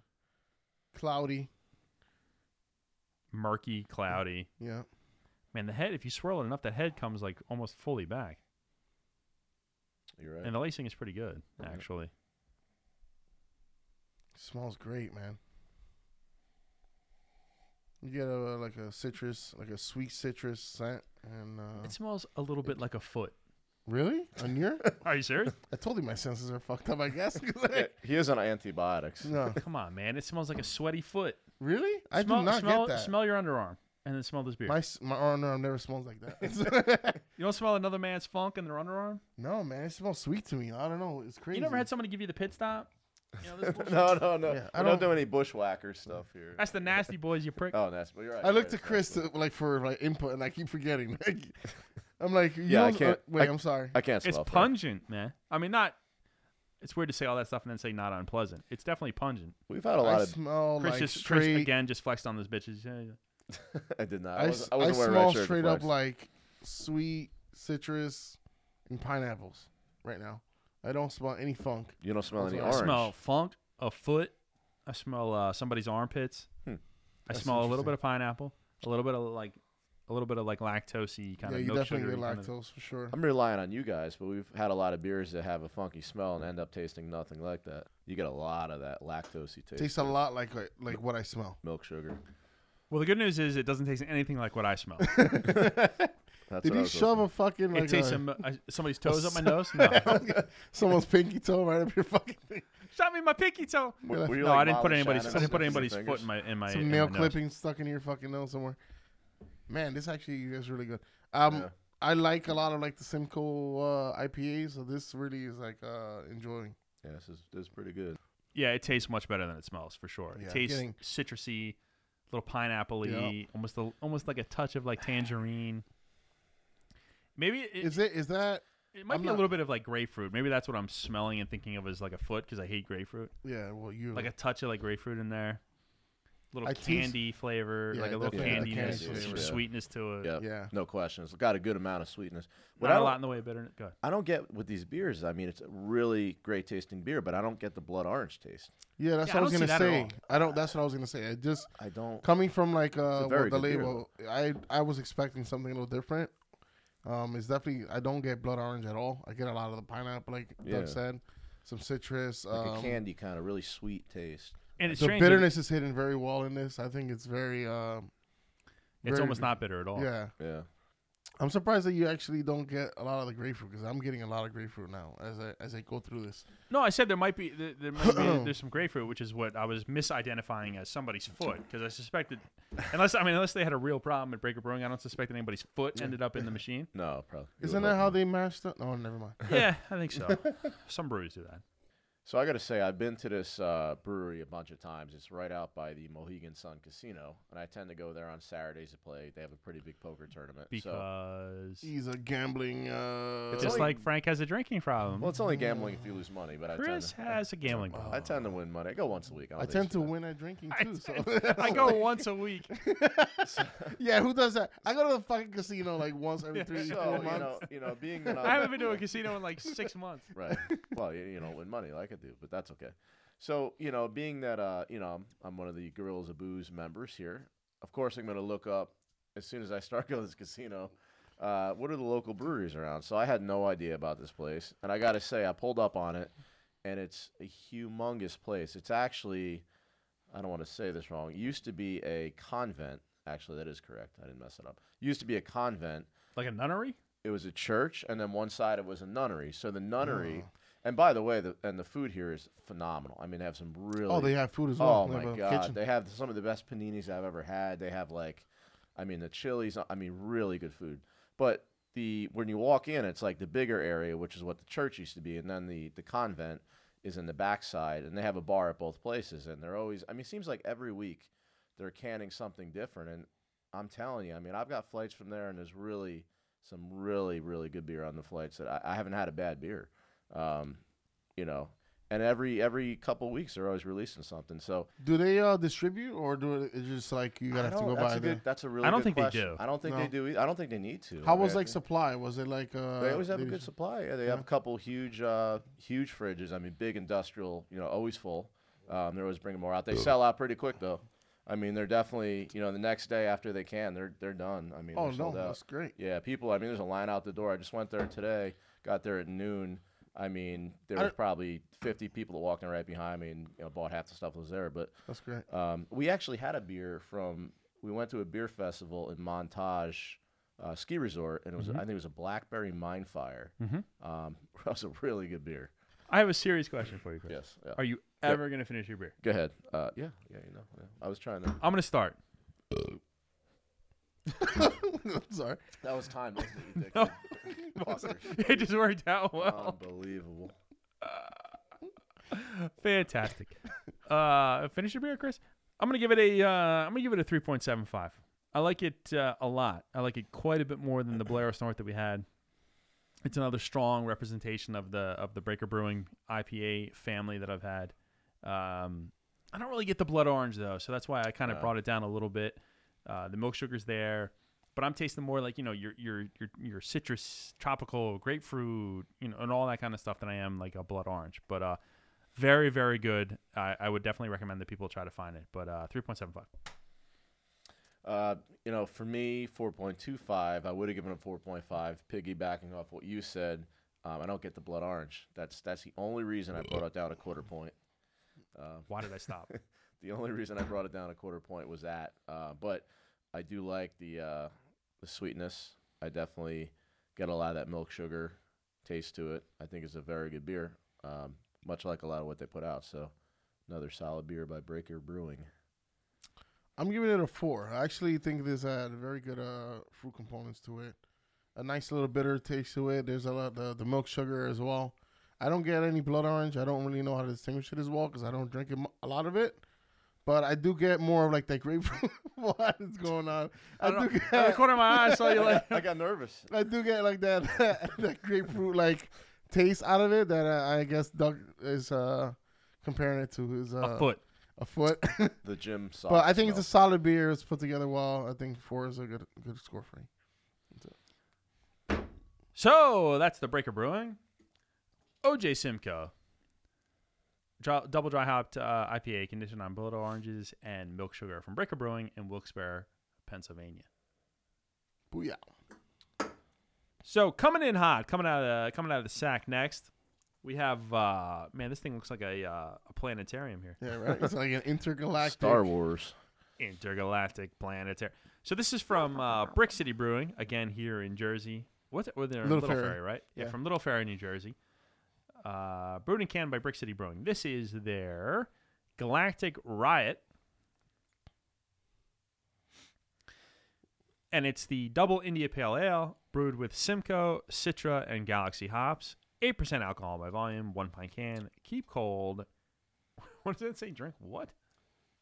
Speaker 3: Cloudy,
Speaker 1: murky, cloudy.
Speaker 3: yeah.
Speaker 1: Man, the head. If you swirl it enough, that head comes like almost fully back,
Speaker 2: You're right.
Speaker 1: and the lacing is pretty good
Speaker 2: Yeah.
Speaker 1: actually.
Speaker 3: Smells great, man. You get a like a citrus, like a sweet citrus scent, and uh,
Speaker 1: It smells a little bit like a foot.
Speaker 3: really on your.
Speaker 1: Are you serious?
Speaker 3: I told you my senses are fucked up. I guess.
Speaker 2: Yeah, he is on antibiotics.
Speaker 3: no,
Speaker 1: Come on, man. It smells like a sweaty foot.
Speaker 3: really? I
Speaker 1: smell,
Speaker 3: do not
Speaker 1: smell,
Speaker 3: get that.
Speaker 1: Smell your underarm, and then smell this beer.
Speaker 3: my s- my underarm never smells like that.
Speaker 1: you don't smell another man's funk in their underarm.
Speaker 3: no, man, it smells sweet to me. I don't know. It's crazy.
Speaker 1: You never had someone give you the pit stop. You know, this bullshit?
Speaker 2: no, no, no.
Speaker 3: Yeah, I
Speaker 2: I don't,
Speaker 3: don't-
Speaker 2: do any bushwhacker stuff here.
Speaker 1: That's the nasty boys, you prick.
Speaker 2: oh, that's. But you're right.
Speaker 3: I
Speaker 2: you're
Speaker 3: look
Speaker 2: right,
Speaker 3: to
Speaker 2: it's
Speaker 3: Chris
Speaker 2: nasty.
Speaker 3: to, like for like input, and I keep forgetting. Like, I'm like, you
Speaker 2: Yeah, I
Speaker 3: know- uh,
Speaker 2: can't-
Speaker 3: wait,
Speaker 2: I-
Speaker 3: I'm sorry.
Speaker 2: I can't
Speaker 1: it's
Speaker 2: smell. Frank.
Speaker 1: pungent, man. I mean, not. It's weird to say all that stuff and then say not unpleasant. It's definitely pungent.
Speaker 2: We've had a
Speaker 3: I
Speaker 2: lot of.
Speaker 3: smell
Speaker 1: Chris
Speaker 3: like
Speaker 1: just Chris
Speaker 3: straight.
Speaker 1: again just flexed on those bitches. Yeah, yeah.
Speaker 2: I did not.
Speaker 3: I,
Speaker 2: I,
Speaker 3: s-
Speaker 2: wasn't, I wasn't
Speaker 3: I
Speaker 2: wearing
Speaker 3: smell
Speaker 2: red shirt
Speaker 3: straight up
Speaker 2: flex.
Speaker 3: like sweet citrus and pineapples right now. I don't smell any funk.
Speaker 2: You don't smell any
Speaker 3: I
Speaker 1: I
Speaker 2: orange.
Speaker 1: smell funk, a foot. I smell uh, somebody's armpits.
Speaker 2: Hmm.
Speaker 1: I
Speaker 3: That's
Speaker 1: smell a little
Speaker 3: interesting.
Speaker 1: bit of pineapple, a little bit of like, a little bit of like lactosey kind
Speaker 3: yeah,
Speaker 1: of
Speaker 3: you
Speaker 1: milk
Speaker 3: definitely
Speaker 1: sugary
Speaker 3: get
Speaker 1: kind of-
Speaker 3: lactose for sure.
Speaker 2: I'm relying on you guys, but we've had a lot of beers that have a funky smell and end up tasting nothing like that. You get a lot of that lactosey taste.
Speaker 3: Tastes a lot like like, like what I smell.
Speaker 2: milk sugar.
Speaker 1: Well, the good news is it doesn't taste anything like what I smell.
Speaker 2: That's
Speaker 3: Did
Speaker 2: what I
Speaker 3: he
Speaker 2: was
Speaker 3: shove a fucking like
Speaker 1: it tastes
Speaker 3: a-
Speaker 1: some, uh, somebody's toes up my nose. No,
Speaker 3: someone's pinky toe right up your fucking thing?
Speaker 1: shot me in my pinky toe.
Speaker 2: looking for. Were you
Speaker 1: No,
Speaker 2: like
Speaker 1: I didn't put
Speaker 2: Molly
Speaker 1: anybody's. I
Speaker 2: Shannon
Speaker 1: didn't put
Speaker 2: sniffing
Speaker 1: anybody's
Speaker 2: fingers?
Speaker 1: foot in my in my. in
Speaker 3: Some nail
Speaker 1: my nose.
Speaker 3: clipping stuck in your fucking nose somewhere. Man, this actually is really good. Um,
Speaker 2: Yeah.
Speaker 3: I like a lot of like the Simcoe uh, IPA, so this really is like uh enjoying.
Speaker 2: Yeah, this is, this is pretty good.
Speaker 1: Yeah, it tastes much better than it smells for sure.
Speaker 3: Yeah.
Speaker 1: it tastes
Speaker 3: Getting-
Speaker 1: citrusy, little pineapple-y, almost a, almost like a touch of like tangerine. Maybe it,
Speaker 3: Is it is that
Speaker 1: it might
Speaker 3: I'm
Speaker 1: be a
Speaker 3: not-
Speaker 1: little bit of like grapefruit. Maybe that's what I'm smelling and thinking of as like a foot because I hate grapefruit.
Speaker 3: yeah? Well, you
Speaker 1: Like a touch of like grapefruit in there, little
Speaker 3: I taste-
Speaker 1: candy flavor,
Speaker 3: Yeah,
Speaker 1: like a little
Speaker 3: definitely
Speaker 2: the
Speaker 1: candiness,
Speaker 2: candy
Speaker 1: with some
Speaker 2: flavor, yeah.
Speaker 1: sweetness to it.
Speaker 2: Yeah,
Speaker 3: yeah.
Speaker 2: no question. It's got a good amount of sweetness. What
Speaker 1: Not
Speaker 2: I
Speaker 1: a
Speaker 2: don't-
Speaker 1: lot in the way of bitterness. Go ahead.
Speaker 2: I don't get with these beers. I mean, it's a really great tasting beer, but I don't get the blood orange taste.
Speaker 3: Yeah, that's
Speaker 1: Yeah, I
Speaker 3: what I was
Speaker 1: don't see
Speaker 3: gonna
Speaker 1: that at
Speaker 3: say. I don't. That's what I was gonna say. I just
Speaker 2: I don't.
Speaker 3: coming from like uh
Speaker 2: a very
Speaker 3: what the
Speaker 2: good beer,
Speaker 3: label. I I was expecting something a little different. Um, it's definitely I don't get blood orange at all. I get a lot of the pineapple, like
Speaker 2: Yeah.
Speaker 3: Doug said, some citrus.
Speaker 2: Like
Speaker 3: um,
Speaker 2: a candy kind of really sweet taste.
Speaker 1: And it's
Speaker 3: the
Speaker 1: strange. that-
Speaker 3: bitterness is hidden very well in this. I think it's very. Um,
Speaker 1: It's
Speaker 3: very-
Speaker 1: almost not bitter
Speaker 2: Oh.
Speaker 1: at all.
Speaker 3: Yeah,
Speaker 2: Yeah.
Speaker 3: I'm surprised that you actually don't get a lot of the grapefruit because I'm getting a lot of grapefruit now as I as I go through this.
Speaker 1: No, I said there might be there, there might be there's some grapefruit, which is what I was misidentifying as somebody's foot because I suspected, unless I mean unless they had a real problem at Breaker Brewing, I don't suspect that anybody's foot ended up in the machine.
Speaker 2: No, probably. you
Speaker 3: Isn't
Speaker 2: would
Speaker 3: that
Speaker 2: hope
Speaker 3: how
Speaker 2: not.
Speaker 3: they mashed up? Oh, never mind.
Speaker 1: yeah, I think so. Some breweries do that.
Speaker 2: So I got to say, I've been to this uh, brewery a bunch of times. It's right out by the Mohegan Sun Casino, and I tend to go there on Saturdays to play. They have a pretty big poker tournament. so,
Speaker 1: because
Speaker 3: He's a gambling. Uh,
Speaker 2: It's
Speaker 1: just
Speaker 2: only-
Speaker 1: like Frank has a drinking problem,
Speaker 2: well, it's only gambling if you lose money, but I tend
Speaker 1: Chris
Speaker 2: to,
Speaker 1: has a gambling problem.
Speaker 2: I tend to win money. I go once a week. I'm
Speaker 3: I
Speaker 2: a
Speaker 3: tend
Speaker 2: decent
Speaker 3: to
Speaker 2: guy.
Speaker 3: win at drinking
Speaker 1: I
Speaker 3: too. So
Speaker 1: I go once a week.
Speaker 3: yeah, who does that? I go to the fucking casino like once every three,
Speaker 2: So
Speaker 3: four
Speaker 2: you
Speaker 3: months.
Speaker 2: know, you know, being that
Speaker 1: I haven't been to a casino in like six months.
Speaker 2: right. Well, you, you know, win money like I do, but that's okay. So, you know, being that uh, you know, I'm, I'm one of the Gorillas of Booze members here. Of course, I'm going to look up as soon as I start going to this casino. Uh, what are the local breweries around? So I had no idea about this place, and I got to say, I pulled up on it, and it's a humongous place. It's actually, I don't want to say this wrong. It used to be a convent. Actually, that is correct. I didn't mess it up. It used to be a convent,
Speaker 1: Like a nunnery?
Speaker 2: it was a church, and then one side it was a nunnery. So the nunnery,
Speaker 3: Oh.
Speaker 2: and by the way, the and the food here is phenomenal. I mean, they have some really.
Speaker 3: Oh, they have food as well.
Speaker 2: Oh
Speaker 3: They have
Speaker 2: my
Speaker 3: a
Speaker 2: god,
Speaker 3: kitchen.
Speaker 2: they have some of the best paninis I've ever had. They have like, I mean, the chilies. I mean, really good food. But the when you walk in, it's like the bigger area, which is what the church used to be, and then the the convent is in the backside, and they have a bar at both places, and they're always. I mean, it seems like every week they're canning something different, and I'm telling you, I mean, I've got flights from there, and there's really some really really good beer on the flights that I, I haven't had a bad beer, um, you know. And every every couple weeks they're always releasing something. So
Speaker 3: Do they uh, distribute or do it, it's just like you
Speaker 2: I
Speaker 3: gotta have to
Speaker 2: don't-
Speaker 3: go
Speaker 2: that's
Speaker 3: buy
Speaker 2: a
Speaker 3: it?
Speaker 2: good, That's a really.
Speaker 1: I don't
Speaker 2: good
Speaker 1: think they
Speaker 2: question.
Speaker 1: do.
Speaker 2: I don't think they
Speaker 3: No.
Speaker 2: do. e- I don't think they need to.
Speaker 3: How
Speaker 2: I mean,
Speaker 3: was
Speaker 2: I
Speaker 3: like
Speaker 2: think-
Speaker 3: supply? Was it like uh,
Speaker 2: They always have a
Speaker 3: they
Speaker 2: good
Speaker 3: just-
Speaker 2: supply. Yeah, they have a couple huge, uh, huge fridges. I mean, big industrial. You know, always full. Um, they're always bringing more out. They sell out pretty quick though. I mean, they're definitely. You know, the next day after they can, they're they're done. I mean,
Speaker 3: Oh
Speaker 2: they're
Speaker 3: no,
Speaker 2: sold out.
Speaker 3: that's great.
Speaker 2: Yeah, people. I mean, there's a line out the door. I just went there today. Got there at noon. I mean, there
Speaker 3: I
Speaker 2: was
Speaker 3: don't-
Speaker 2: probably 50 people that walked in right behind me and you know, bought half the stuff that was there. But
Speaker 3: That's great.
Speaker 2: um, we actually had a beer from. We went to a beer festival in Montage uh, Ski Resort, and it was I think it was a Blackberry Mine Fire.
Speaker 1: Mhm.
Speaker 2: Um, that was a really good beer.
Speaker 1: I have a serious question for you, Chris.
Speaker 2: Yes. yeah.
Speaker 1: Are you ever going to finish your beer?
Speaker 2: Go ahead. Uh, yeah. Yeah. You know. Yeah. I was trying to.
Speaker 1: I'm going to start.
Speaker 3: I'm sorry.
Speaker 2: That was time, wasn't it? You dick?
Speaker 1: it just worked out well.
Speaker 2: Unbelievable.
Speaker 1: Fantastic. Uh, finish your beer, Chris. I'm gonna give it a. Uh, I'm gonna give it a 3.75. I like it uh, a lot. I like it quite a bit more than the Blair Snort that we had. It's another strong representation of the of the Breaker Brewing IPA family that I've had. Um, I don't really get the blood orange though, so that's why I kind of
Speaker 2: Uh.
Speaker 1: brought it down a little bit. Uh, the milk sugar's there, but I'm tasting more like you know your your your your citrus, tropical, grapefruit, you know, and all that kind of stuff than I am like a blood orange. But uh, very very good. I, I would definitely recommend that people try to find it. But uh, 3.75.
Speaker 2: Uh, you know, for me, 4.25. I would have given it 4.5. Piggybacking off what you said, um, I don't get the blood orange. That's that's the only reason I brought it down a quarter point. Um,
Speaker 1: Why did I stop?
Speaker 2: the only reason I brought it down a quarter point was that. Uh, but I do like the uh, the sweetness. I definitely get a lot of that milk sugar taste to it. I think it's a very good beer, um, much like a lot of what they put out. So another solid beer by Breaker Brewing.
Speaker 3: I'm giving it a four. I actually think this had very good uh, fruit components to it. A nice little bitter taste to it. There's a lot the the milk sugar as well. I don't get any blood orange. I don't really know how to distinguish it as well because I don't drink it, mu- a lot of it. But I do get more of like that grapefruit. what is going on? I,
Speaker 1: I don't
Speaker 3: do
Speaker 1: know.
Speaker 3: get
Speaker 1: Out of the corner of my eye, I saw you like.
Speaker 2: I got nervous.
Speaker 3: I do get like that that grapefruit like taste out of it that uh, I, I guess Doug is uh comparing it to his uh,
Speaker 1: A foot.
Speaker 3: A foot.
Speaker 2: The gym socks.
Speaker 3: but I think it's
Speaker 2: smell.
Speaker 3: a solid beer. It's put together well. I think four is a good good score for me.
Speaker 1: So that's the Breaker Brewing. OJ Simcoe. Dry, double dry hopped uh, IPA conditioned on bullet oranges and milk sugar from Breaker Brewing in Wilkes-Barre, Pennsylvania.
Speaker 3: Booyah.
Speaker 1: So coming in hot, coming out of the, coming out of the sack next, we have uh, man. This thing looks like a uh, a planetarium here.
Speaker 3: Yeah, right. It's like an intergalactic.
Speaker 2: Star Wars.
Speaker 1: Intergalactic planetarium. So this is from uh, Brick City Brewing again here in Jersey. What's it? Well, they're in
Speaker 3: Little
Speaker 1: Little,
Speaker 3: Ferry.
Speaker 1: Ferry. right? Yeah.
Speaker 3: Yeah.
Speaker 1: from Little Ferry, New Jersey. Uh, brewed and canned by Brick City Brewing. This is their Galactic Riot, and it's the double India Pale Ale brewed with Simcoe, Citra, and Galaxy hops. 8% alcohol by volume, one pint can. Keep cold. What does that say? Drink what?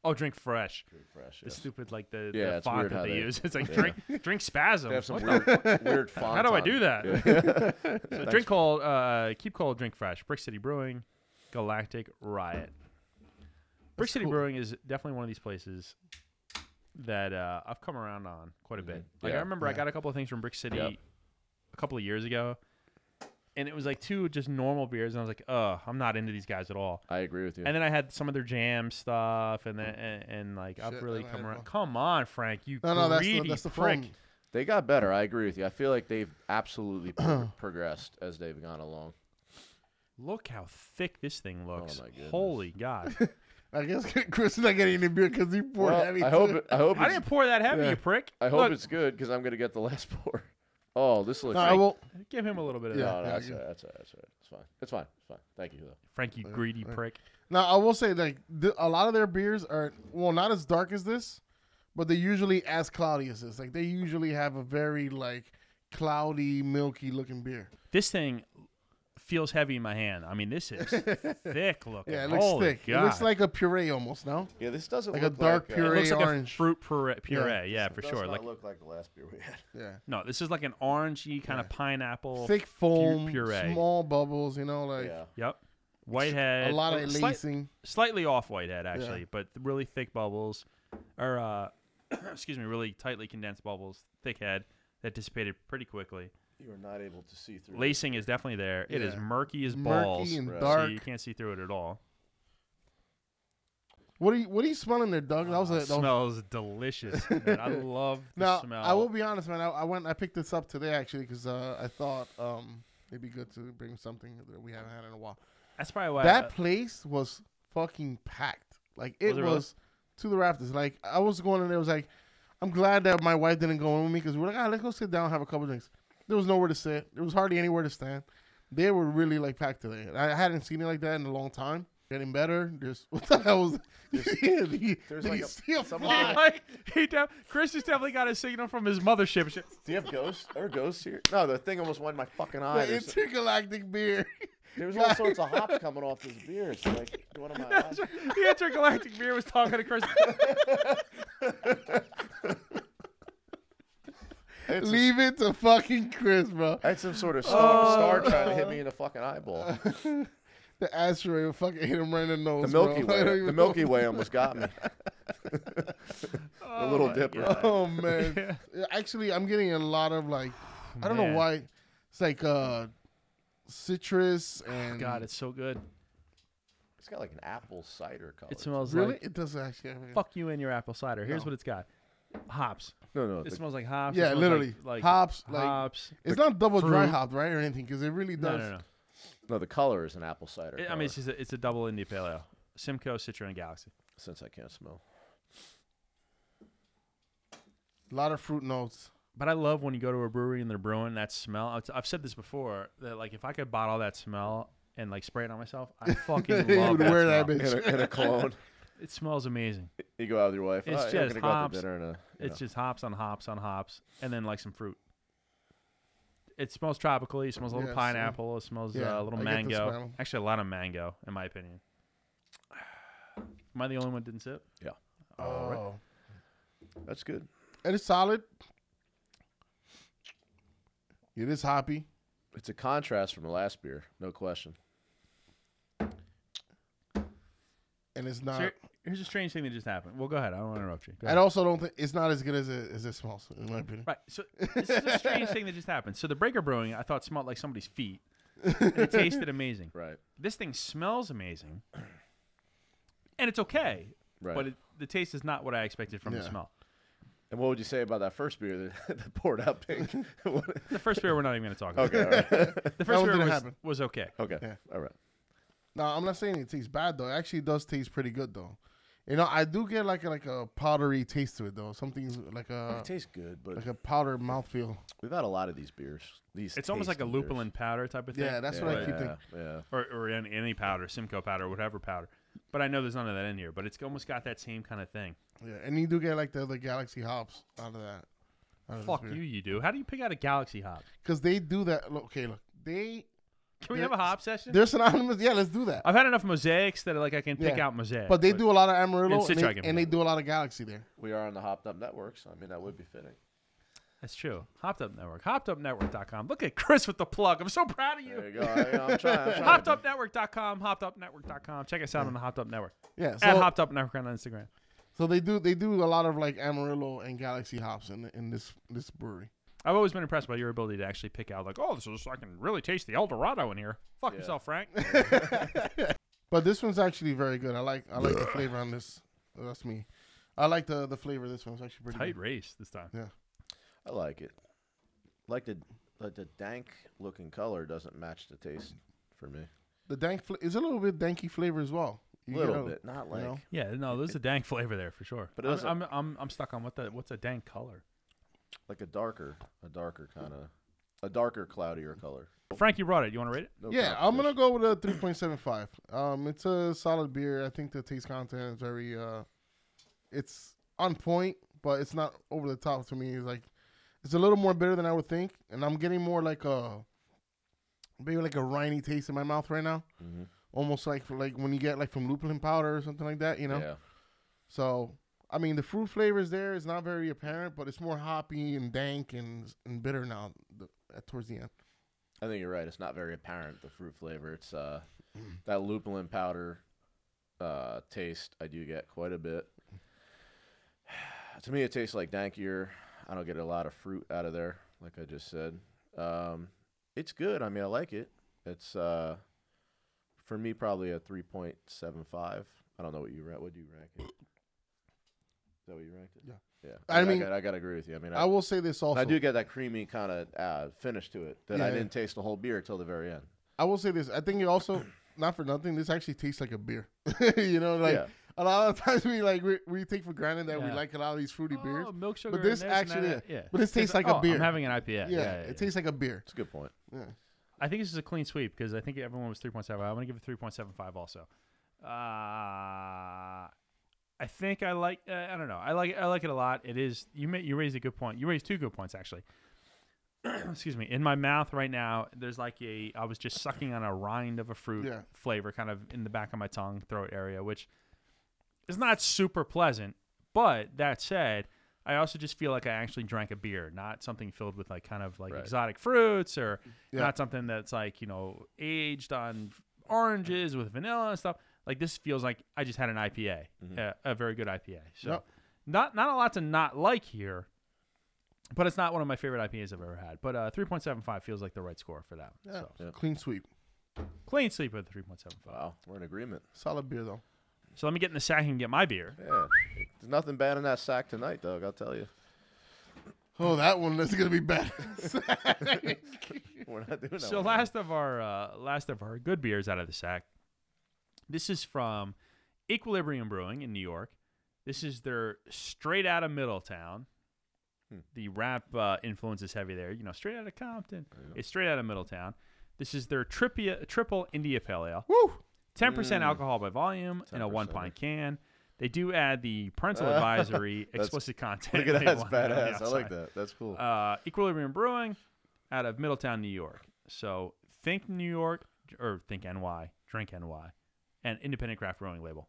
Speaker 1: Oh, drink fresh.
Speaker 2: Pretty fresh.
Speaker 1: The
Speaker 2: yes.
Speaker 1: stupid, like the,
Speaker 2: Yeah,
Speaker 1: the
Speaker 2: it's
Speaker 1: font
Speaker 2: weird
Speaker 1: that
Speaker 2: how
Speaker 1: they,
Speaker 2: they-
Speaker 1: use. It's like
Speaker 2: yeah.
Speaker 1: drink drink spasm.
Speaker 2: They have some
Speaker 1: What
Speaker 2: weird,
Speaker 1: the-
Speaker 2: weird fonts.
Speaker 1: How do I
Speaker 2: on
Speaker 1: do
Speaker 2: it.
Speaker 1: that?
Speaker 2: Yeah.
Speaker 1: so
Speaker 2: Thanks.
Speaker 1: drink cold, uh, keep cold, drink fresh. Brick City Brewing, Galactic Riot. Brick City
Speaker 3: cool.
Speaker 1: Brewing is definitely one of these places that uh, I've come around on quite a bit. Like I
Speaker 2: Mm-hmm. Yeah.
Speaker 1: remember I
Speaker 3: Yeah.
Speaker 1: got a couple of things from Brick City
Speaker 2: Yep.
Speaker 1: a couple of years ago, and it was like two just normal beers, and I was like, "Ugh, I'm not into these guys at all."
Speaker 2: I agree with you.
Speaker 1: And then I had some of their jam stuff, and then and, and like I've
Speaker 3: Shit,
Speaker 1: really
Speaker 3: I
Speaker 1: come
Speaker 3: had
Speaker 1: around.
Speaker 3: one.
Speaker 1: Come on, Frank, you
Speaker 3: No, no, that's
Speaker 1: greedy
Speaker 3: the, that's the
Speaker 1: prick.
Speaker 3: phone.
Speaker 2: They got better. I agree with you. I feel like they've absolutely pro- progressed as they've gone along.
Speaker 1: Look how thick this
Speaker 3: Oh
Speaker 1: thing looks.
Speaker 2: my goodness.
Speaker 1: Holy God!
Speaker 3: I guess Chris is not getting any beer because he poured
Speaker 2: Well,
Speaker 3: heavy.
Speaker 2: I hope.
Speaker 3: too.
Speaker 2: It, I hope.
Speaker 1: I
Speaker 2: It's,
Speaker 1: didn't pour that heavy,
Speaker 3: Yeah.
Speaker 1: you prick.
Speaker 2: I hope
Speaker 1: Look,
Speaker 2: it's good because I'm gonna get the last pour. Oh, this looks.
Speaker 3: No, I won't.
Speaker 1: give him a little bit of
Speaker 2: No,
Speaker 1: that.
Speaker 2: no,
Speaker 3: Yeah,
Speaker 2: that's
Speaker 3: yeah.
Speaker 2: all right. That's all right. That's all right. It's fine. It's fine. It's fine. Thank you though.
Speaker 1: Frank, you
Speaker 3: Yeah,
Speaker 1: greedy
Speaker 3: yeah.
Speaker 1: prick.
Speaker 3: Now I will say like the, a lot of their beers are well not as dark as this, but they're usually as cloudy as this. Like they usually have a very like cloudy, milky looking beer.
Speaker 1: This thing feels heavy in my hand. I mean, this is thick looking.
Speaker 3: Yeah, it looks
Speaker 1: Holy
Speaker 3: thick.
Speaker 1: Oh God.
Speaker 3: It looks like a puree almost. No,
Speaker 2: Yeah, this doesn't
Speaker 3: like a
Speaker 2: look
Speaker 3: dark
Speaker 2: like, uh,
Speaker 1: It
Speaker 3: puree
Speaker 1: looks like
Speaker 3: orange.
Speaker 1: a fruit puree. puree. Yeah, for
Speaker 2: does
Speaker 1: sure.
Speaker 2: not
Speaker 1: Like
Speaker 2: look like the last beer we had.
Speaker 3: yeah,
Speaker 1: no, this is like an orangey kind of pineapple.
Speaker 3: thick foam,
Speaker 1: puree.
Speaker 3: small bubbles. You know, like
Speaker 2: yeah.
Speaker 1: Yep. Whitehead.
Speaker 3: a lot
Speaker 1: Oh,
Speaker 3: of
Speaker 1: slight-
Speaker 3: lacing.
Speaker 1: slightly off whitehead actually, but really thick bubbles, or uh, excuse me, really tightly condensed bubbles, thick head that dissipated pretty quickly.
Speaker 2: You are not able to see through.
Speaker 1: Lacing is definitely there. It is
Speaker 3: Yeah.
Speaker 1: murky as
Speaker 3: Murky
Speaker 1: balls,
Speaker 3: and
Speaker 1: so
Speaker 2: Right.
Speaker 3: dark.
Speaker 1: you can't see through it at all.
Speaker 3: What are you What are you smelling there, Doug? That was
Speaker 1: Uh,
Speaker 3: a that was-
Speaker 1: smells delicious. man. I love the
Speaker 3: Now
Speaker 1: smell.
Speaker 3: I will be honest, man. I, I went. I picked this up today actually because uh, I thought um, it'd be good to bring something that we haven't had in a while.
Speaker 1: That's probably why
Speaker 3: that
Speaker 1: I-
Speaker 3: place was fucking packed. Like it
Speaker 1: it
Speaker 3: was,
Speaker 1: really?
Speaker 3: to the rafters. Like I was going in there. it Was like, I'm glad that my wife didn't go in with me because we're like, ah, let's go sit down, and have a couple drinks. There was nowhere to sit. There was hardly anywhere to stand. They were really like packed today. I I hadn't seen it like that in a long time. Getting better. There's what the hell was? There's,
Speaker 2: there's like a- someone-
Speaker 1: like he de- Chris has definitely got a signal from his mothership. Sh-
Speaker 2: Do you have ghosts? Are ghosts here? No, the thing almost went in my fucking eye.
Speaker 3: the
Speaker 2: There's,
Speaker 3: intergalactic beer.
Speaker 2: there's all sorts of hops coming off this beer. It's like one of my eyes.
Speaker 1: The intergalactic beer was talking to Chris.
Speaker 2: It's a
Speaker 3: Leave Oh. it to fucking Chris, bro.
Speaker 2: I had some sort of star, star trying to hit me in the fucking eyeball.
Speaker 3: The asteroid will fucking hit him right in the
Speaker 2: The
Speaker 3: nose.
Speaker 2: Milky
Speaker 3: bro. I don't
Speaker 2: Way. The
Speaker 3: even
Speaker 2: Milky Way almost got me. the Little Dipper.
Speaker 3: know. Oh man. Actually, I'm getting a lot of like, I don't
Speaker 1: Man.
Speaker 3: know why. It's like uh, citrus and
Speaker 1: God, it's so good.
Speaker 3: Oh,
Speaker 2: It's got like an apple cider color.
Speaker 1: It smells
Speaker 3: really.
Speaker 1: like
Speaker 3: it doesn't actually. Have any-
Speaker 1: fuck you and your apple cider. Here's what
Speaker 3: No.
Speaker 1: it's got: hops.
Speaker 2: no, no.
Speaker 1: It
Speaker 2: the-
Speaker 1: smells like hops. It
Speaker 3: Yeah,
Speaker 1: smells
Speaker 3: literally
Speaker 1: like, like
Speaker 3: hops. Like
Speaker 1: Hops.
Speaker 3: it's not double dry
Speaker 1: fruit.
Speaker 3: hopped, right, or anything, because it really
Speaker 1: No,
Speaker 3: does.
Speaker 1: no, no.
Speaker 2: no, the color is an apple cider.
Speaker 1: It- I mean, it's just a, it's a double India Pale Ale. Simcoe, Citra, and Galaxy.
Speaker 2: color, since I can't smell.
Speaker 3: A lot of fruit notes.
Speaker 1: But I love when you go to a brewery and they're brewing that smell. I've- I've said this before that like if I could bottle that smell and like spray it on myself, I fucking love
Speaker 3: You would
Speaker 1: that
Speaker 3: wear that
Speaker 1: smell.
Speaker 2: And
Speaker 3: bitch.
Speaker 2: a, and a cologne.
Speaker 1: It smells amazing.
Speaker 2: You go out with your wife.
Speaker 1: It's
Speaker 2: "Oh, yeah, I'm
Speaker 1: just
Speaker 2: gonna go out
Speaker 1: hops.
Speaker 2: to dinner and a, you
Speaker 1: It's
Speaker 2: know."
Speaker 1: just hops on hops on hops, and then like some fruit. It smells tropically. It smells a little
Speaker 3: Yeah, so-
Speaker 1: pineapple. It smells
Speaker 3: Yeah,
Speaker 1: uh, a little
Speaker 3: I get the
Speaker 1: mango.
Speaker 3: smell.
Speaker 1: Actually, a lot of mango, in my opinion. Am I the only one that didn't sip?
Speaker 2: Yeah.
Speaker 1: All right.
Speaker 3: Oh.
Speaker 2: that's good.
Speaker 3: and it's solid. It is hoppy.
Speaker 2: It's a contrast from the last beer, no question.
Speaker 3: and it's
Speaker 1: So
Speaker 3: not.
Speaker 1: here- here's a strange thing that just happened. Well, go ahead. I don't want to interrupt you. Go
Speaker 3: I
Speaker 1: ahead.
Speaker 3: also don't think it's not as good as it, as it smells, in my opinion.
Speaker 1: Right. So this is a strange thing that just happened. So the Breaker Brewing, I thought smelled like somebody's feet. And it tasted amazing.
Speaker 2: Right.
Speaker 1: This thing smells amazing, and it's okay,
Speaker 2: Right.
Speaker 1: but it, the taste is not what I expected from the
Speaker 3: Yeah.
Speaker 1: smell.
Speaker 2: and what would you say about that first beer that, that poured out pink? What-
Speaker 1: The first beer we're not even going to talk about.
Speaker 2: okay. All right.
Speaker 1: The first
Speaker 3: one
Speaker 1: beer
Speaker 3: didn't
Speaker 1: was,
Speaker 3: happen.
Speaker 1: was okay.
Speaker 2: Okay.
Speaker 3: Yeah.
Speaker 2: All right.
Speaker 3: No, I'm not saying it tastes bad though. It actually does taste pretty good though. You know, I do get like a, like a powdery taste to it though. Something like a
Speaker 2: It tastes good, but
Speaker 3: like a powder mouthfeel.
Speaker 2: we've had a lot of these beers. These
Speaker 1: It's almost like a
Speaker 2: tasty beers.
Speaker 1: lupulin powder type of thing.
Speaker 3: Yeah, that's what I keep thinking.
Speaker 2: Yeah.
Speaker 1: or, or an- any powder, Simcoe powder, whatever powder. But I know there's none of that in here. But it's almost got that same kind of thing.
Speaker 3: Yeah, and you do get like the other galaxy hops out of that.
Speaker 1: Fuck you, you do. How do you pick out a galaxy hop?
Speaker 3: because they do that. Look, okay, look, they
Speaker 1: Can we have a hop session?
Speaker 3: They're synonymous. Yeah, let's do that.
Speaker 1: I've had enough mosaics that like I can pick
Speaker 3: Yeah.
Speaker 1: out mosaic.
Speaker 3: But they do a lot of
Speaker 1: In
Speaker 3: Amarillo and
Speaker 1: situ I
Speaker 3: they,
Speaker 1: can
Speaker 3: and
Speaker 1: be.
Speaker 3: they do a lot of Galaxy there.
Speaker 2: We are on the Hopped Up Network, so I mean that would be fitting.
Speaker 1: That's true. Hopped Up Network. HoppedUpNetwork.com. Look at Chris with the plug. I'm so proud of
Speaker 2: There
Speaker 1: you.
Speaker 2: you go. I, am trying. I'm trying to-
Speaker 1: HoppedUpNetwork.com. HoppedUpNetwork.com. Check us out on the Hopped Up Network.
Speaker 3: Yeah.
Speaker 1: At
Speaker 3: So,
Speaker 1: Hopped Up Network on Instagram.
Speaker 3: so they do they do a lot of like Amarillo and Galaxy hops in in this this brewery.
Speaker 1: I've always been impressed by your ability to actually pick out like, oh, this is I can really taste the El Dorado in here. Fuck
Speaker 2: Yeah.
Speaker 1: yourself, Frank.
Speaker 3: But this one's actually very good. I like I like the flavor on this. Oh, That's me. I like the the flavor. of This one's actually pretty
Speaker 1: Tight
Speaker 3: good.
Speaker 1: race this time.
Speaker 2: I like it. Like the like the dank looking color doesn't match the taste for me.
Speaker 3: The dank fl- is a little bit danky flavor as well.
Speaker 2: A
Speaker 3: You
Speaker 2: little
Speaker 3: get a-
Speaker 2: bit, not like.
Speaker 3: know?
Speaker 1: Yeah, no, there's a dank flavor there for sure.
Speaker 2: But
Speaker 1: But
Speaker 2: it doesn't-
Speaker 1: I'm, I'm, I'm, I'm stuck on what the what's a dank color.
Speaker 2: like a darker, a darker kind of, a darker, cloudier color.
Speaker 1: Frank, you brought it. You want to rate it?
Speaker 2: No
Speaker 3: yeah, I'm gonna
Speaker 2: competition.
Speaker 3: go with a 3.75. Um, it's a solid beer. I think the taste content is very uh, it's on point, but it's not over the top to me. It's like it's a little more bitter than I would think, and I'm getting more like a maybe like a riny taste in my mouth right now,
Speaker 2: Mhm.
Speaker 3: almost like like when you get like from lupulin powder or something like that, you know.
Speaker 2: Yeah,
Speaker 3: So I mean, the fruit flavor is there. It's not very apparent, but it's more hoppy and dank and and bitter now the, at, towards the end.
Speaker 2: I think you're right. It's not very apparent the fruit flavor. It's uh, that lupulin powder uh, taste. I do get quite a bit. to me, it tastes like dankier. I don't get a lot of fruit out of there, like I just said. Um, it's good. I mean, I like it. It's uh, for me probably a three point seven five. I don't know what you rank. What do you rank it? Is that what you ranked it?
Speaker 3: Yeah.
Speaker 2: Yeah.
Speaker 3: I mean-
Speaker 2: got- I, gotta agree with you. I mean,
Speaker 3: I will say this also.
Speaker 2: I do get that creamy kind of uh, finish to it that I
Speaker 3: Yeah.
Speaker 2: didn't taste the whole beer till the very end.
Speaker 3: I will say this. I think it also not for nothing. This actually tastes like a beer. you know, like
Speaker 2: Yeah.
Speaker 3: a lot of times we like we, we take for granted that we
Speaker 1: Yeah.
Speaker 3: like a lot of these fruity beers.
Speaker 1: Oh, milk sugar.
Speaker 3: But
Speaker 1: in
Speaker 3: this
Speaker 1: this and
Speaker 3: actually-
Speaker 1: that- uh, yeah.
Speaker 3: but this
Speaker 1: It's-
Speaker 3: tastes like a
Speaker 1: oh,
Speaker 3: beer.
Speaker 1: I'm having an IPA. Yeah,
Speaker 3: Yeah,
Speaker 1: yeah, yeah.
Speaker 3: it tastes like a beer.
Speaker 2: It's a good point.
Speaker 3: Yeah.
Speaker 1: I think this is a clean sweep because I think everyone was 3.7. I want to give it 3.75 also. Uh, I think I like. Uh, I don't know. I like. I like it a lot. It is. You ma- you raised a good point. You raised two good points actually. Excuse me. In my mouth right now, there's like a. I was just sucking on a rind of a fruit
Speaker 3: Yeah.
Speaker 1: flavor, kind of in the back of my tongue, throat area, which is not super pleasant. But that said, I also just feel like I actually drank a beer, not something filled with like kind of like
Speaker 2: Right.
Speaker 1: exotic fruits or
Speaker 3: Yeah.
Speaker 1: not something that's like you know aged on oranges with vanilla and stuff. Like this feels like I just had an IPA, a, a very good IPA. So
Speaker 3: Mm-hmm. Yep.
Speaker 1: not not a lot to not like here, but it's not one of my favorite IPAs I've ever had. But uh, three point seven five feels like the right score for that. One,
Speaker 3: Yeah.
Speaker 1: So
Speaker 2: Yeah.
Speaker 3: Clean sweep.
Speaker 1: clean sleep with three point seven five.
Speaker 2: Wow, we're in agreement.
Speaker 3: Solid beer though.
Speaker 1: So let me get in the sack and get my beer.
Speaker 2: Yeah, there's nothing bad in that sack tonight, Doug. I'll tell you,
Speaker 3: Oh, that one is gonna be bad.
Speaker 2: we're not doing that.
Speaker 1: So
Speaker 2: one.
Speaker 1: last of our uh, last of our good beers out of the sack. This is from Equilibrium Brewing in New York. This is their straight out of Middletown.
Speaker 2: Hmm.
Speaker 1: The rap uh, influence is heavy there. You know, straight out of Compton. It's straight out of Middletown. This is their tripia, triple India Pale Ale.
Speaker 3: Woo!
Speaker 1: Ten percent
Speaker 2: Mm.
Speaker 1: alcohol by volume in a
Speaker 2: 10%.
Speaker 1: one pint can. They do add the parental advisory
Speaker 2: That's-
Speaker 1: explicit content.
Speaker 2: look at that.
Speaker 1: label
Speaker 2: That's
Speaker 1: on the
Speaker 2: badass. I
Speaker 1: outside
Speaker 2: like that. That's cool.
Speaker 1: uh, Equilibrium Brewing out of Middletown, New York. So think New York or think NY, drink NY, and independent craft brewing label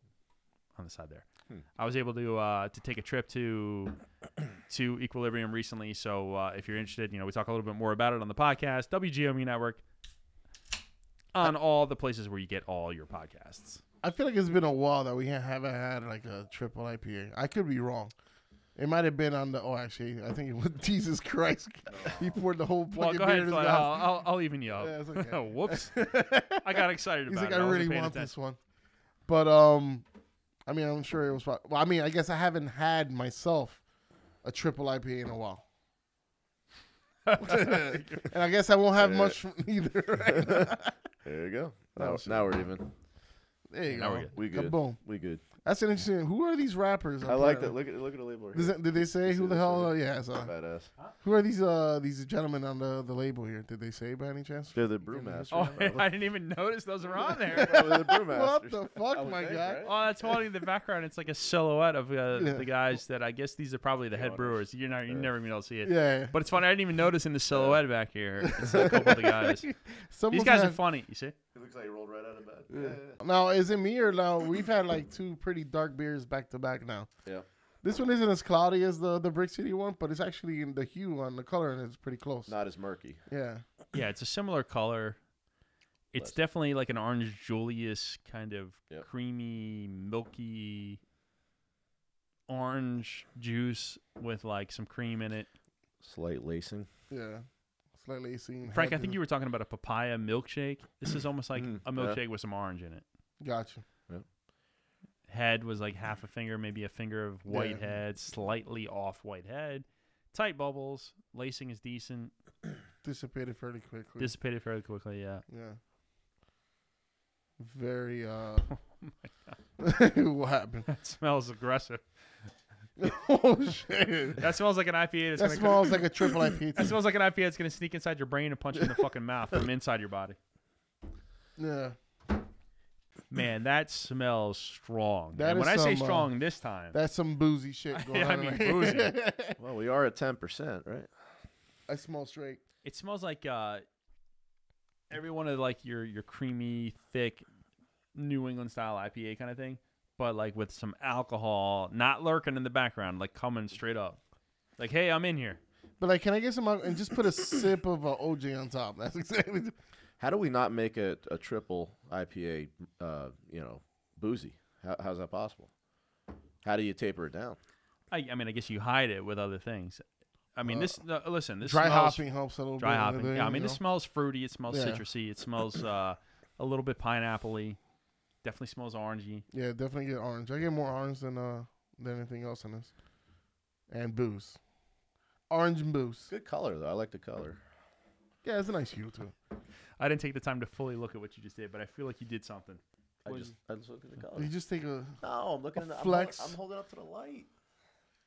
Speaker 1: on the side there.
Speaker 3: Hmm.
Speaker 1: I was able to uh, to take a trip to to Equilibrium recently. So uh, if you're interested, you know we talk a little bit more about it on the podcast WGME E Network on all the places where you get all your podcasts.
Speaker 3: I feel like it's been a while that we ha- haven't had like a triple IPA. I could be wrong. It might have been on the. Oh, actually, I think it was Jesus Christ. he poured the whole
Speaker 1: Well,
Speaker 3: fucking
Speaker 1: go
Speaker 3: beer
Speaker 1: ahead.
Speaker 3: in his
Speaker 1: Phil, I'll,
Speaker 3: glass.
Speaker 1: I'll, I'll even you up.
Speaker 3: Yeah, it's okay.
Speaker 1: Whoops, I got excited
Speaker 3: He's
Speaker 1: about
Speaker 3: like,
Speaker 1: it.
Speaker 3: I
Speaker 1: wasn't
Speaker 3: really
Speaker 1: paying
Speaker 3: want
Speaker 1: attention.
Speaker 3: this one. But um, I mean, I'm sure it was. prob- Well, I mean, I guess I haven't had myself a triple IPA in a while. and I guess I won't have much either. right?
Speaker 2: there you go.
Speaker 3: Oh,
Speaker 2: Now,
Speaker 3: shit.
Speaker 2: now we're even.
Speaker 3: There you
Speaker 1: Now
Speaker 3: go.
Speaker 1: we're good.
Speaker 2: We good.
Speaker 3: Boom.
Speaker 2: We good.
Speaker 3: That's an interesting. Who are these rappers?
Speaker 2: I like that. Look at look at the label. Right
Speaker 3: Does
Speaker 2: here.
Speaker 3: it, did they say
Speaker 2: You
Speaker 3: who
Speaker 2: see
Speaker 3: the
Speaker 2: this
Speaker 3: hell?
Speaker 2: right
Speaker 3: Uh, yeah, I saw it.
Speaker 2: Badass.
Speaker 3: Who are these uh these gentlemen on the, the label here? Did they say by any chance?
Speaker 2: They're the
Speaker 3: Damn, that's
Speaker 2: brewmasters.
Speaker 1: Oh,
Speaker 2: bro.
Speaker 1: I didn't even notice those were on there.
Speaker 2: They're the
Speaker 3: What
Speaker 2: brewmasters.
Speaker 3: the
Speaker 2: I
Speaker 3: fuck,
Speaker 2: would
Speaker 3: my
Speaker 2: think,
Speaker 3: guy?
Speaker 2: right?
Speaker 1: Oh, that's funny in the background. It's like a silhouette of uh,
Speaker 3: Yeah.
Speaker 1: the guys that I guess these are probably the head
Speaker 2: Jonas.
Speaker 1: brewers. You're not, you're
Speaker 2: Yeah.
Speaker 1: never gonna be able to see it.
Speaker 3: Yeah.
Speaker 1: But it's funny. I didn't even notice in the silhouette back here. It's a couple of the guys.
Speaker 3: Some
Speaker 1: These
Speaker 3: of
Speaker 1: guys are
Speaker 3: them-
Speaker 1: funny. You see?
Speaker 2: It looks like he rolled right out of bed.
Speaker 3: Now is it me or now we've had like two pretty dark beers back to back now.
Speaker 2: Yeah.
Speaker 3: This one isn't as cloudy as the the Brick City one, but it's actually in the hue on the color and it's pretty close.
Speaker 2: Not as murky.
Speaker 3: Yeah.
Speaker 1: Yeah, it's a similar color. It's
Speaker 2: Bless.
Speaker 1: definitely like an orange Julius kind of
Speaker 2: Yep.
Speaker 1: creamy, milky orange juice with like some cream in it.
Speaker 2: Slight lacing.
Speaker 3: Yeah. Slightly seen.
Speaker 1: Frank, I think you were talking about a papaya milkshake. This is almost like
Speaker 2: Mm,
Speaker 1: a
Speaker 2: yeah.
Speaker 1: milkshake with some orange in it.
Speaker 3: Gotcha.
Speaker 1: Head was like half a finger, maybe a finger of white
Speaker 3: Yeah.
Speaker 1: head, slightly off white head. Tight bubbles, lacing is decent,
Speaker 3: Dissipated fairly quickly.
Speaker 1: dissipated fairly quickly. Yeah,
Speaker 3: yeah. Very uh
Speaker 1: Oh
Speaker 3: what happened?
Speaker 1: that smells aggressive.
Speaker 3: oh shit.
Speaker 1: That smells like an IPA. That's
Speaker 3: That
Speaker 1: gonna come-
Speaker 3: smells like a triple IP.
Speaker 1: That smells like an IPA that's gonna sneak inside your brain and punch you in the fucking mouth from inside your body.
Speaker 3: Yeah.
Speaker 1: Man, that smells strong.
Speaker 3: That
Speaker 1: and when
Speaker 3: is
Speaker 1: I say
Speaker 3: some, uh,
Speaker 1: strong this time,
Speaker 3: That's some boozy shit going
Speaker 1: I
Speaker 3: on.
Speaker 1: mean
Speaker 3: right
Speaker 1: boozy.
Speaker 2: Well, we are at ten percent, right?
Speaker 3: I smell straight.
Speaker 1: it smells like uh, every one of like your your creamy, thick New England style IPA kind of thing, but like with some alcohol, not lurking in the background, like coming straight up. Like, hey, I'm in here.
Speaker 3: But like, can I get some al- and just put a sip of uh, OJ on top? That's exactly. The,
Speaker 2: How do we not make a, a triple IPA? Uh, you know, boozy. How, how's that possible? How do you taper it down?
Speaker 1: I, I mean, I guess you hide it with other things. I mean, this. Uh, listen, this
Speaker 3: dry
Speaker 1: smells,
Speaker 3: hopping helps a little
Speaker 1: dry
Speaker 3: bit.
Speaker 1: hopping.
Speaker 3: there,
Speaker 1: yeah, I
Speaker 3: you
Speaker 1: mean, this
Speaker 3: know?
Speaker 1: smells fruity. It smells
Speaker 3: Yeah.
Speaker 1: citrusy. It smells uh, a little bit pineapple-y. Definitely smells orangey.
Speaker 3: yeah, definitely get orange. I get more orange than uh than anything else in this, and booze, orange and booze.
Speaker 2: Good color though. I like the color.
Speaker 3: Yeah, it's a nice hue too.
Speaker 1: I didn't take the time to fully look at what you just did, but I feel like you did something.
Speaker 2: I
Speaker 3: What
Speaker 2: just I just look at the
Speaker 1: Oh,
Speaker 2: color.
Speaker 3: You just take a
Speaker 2: No, I'm looking at the I'm hol-
Speaker 3: flex.
Speaker 2: I'm, holding up to the light.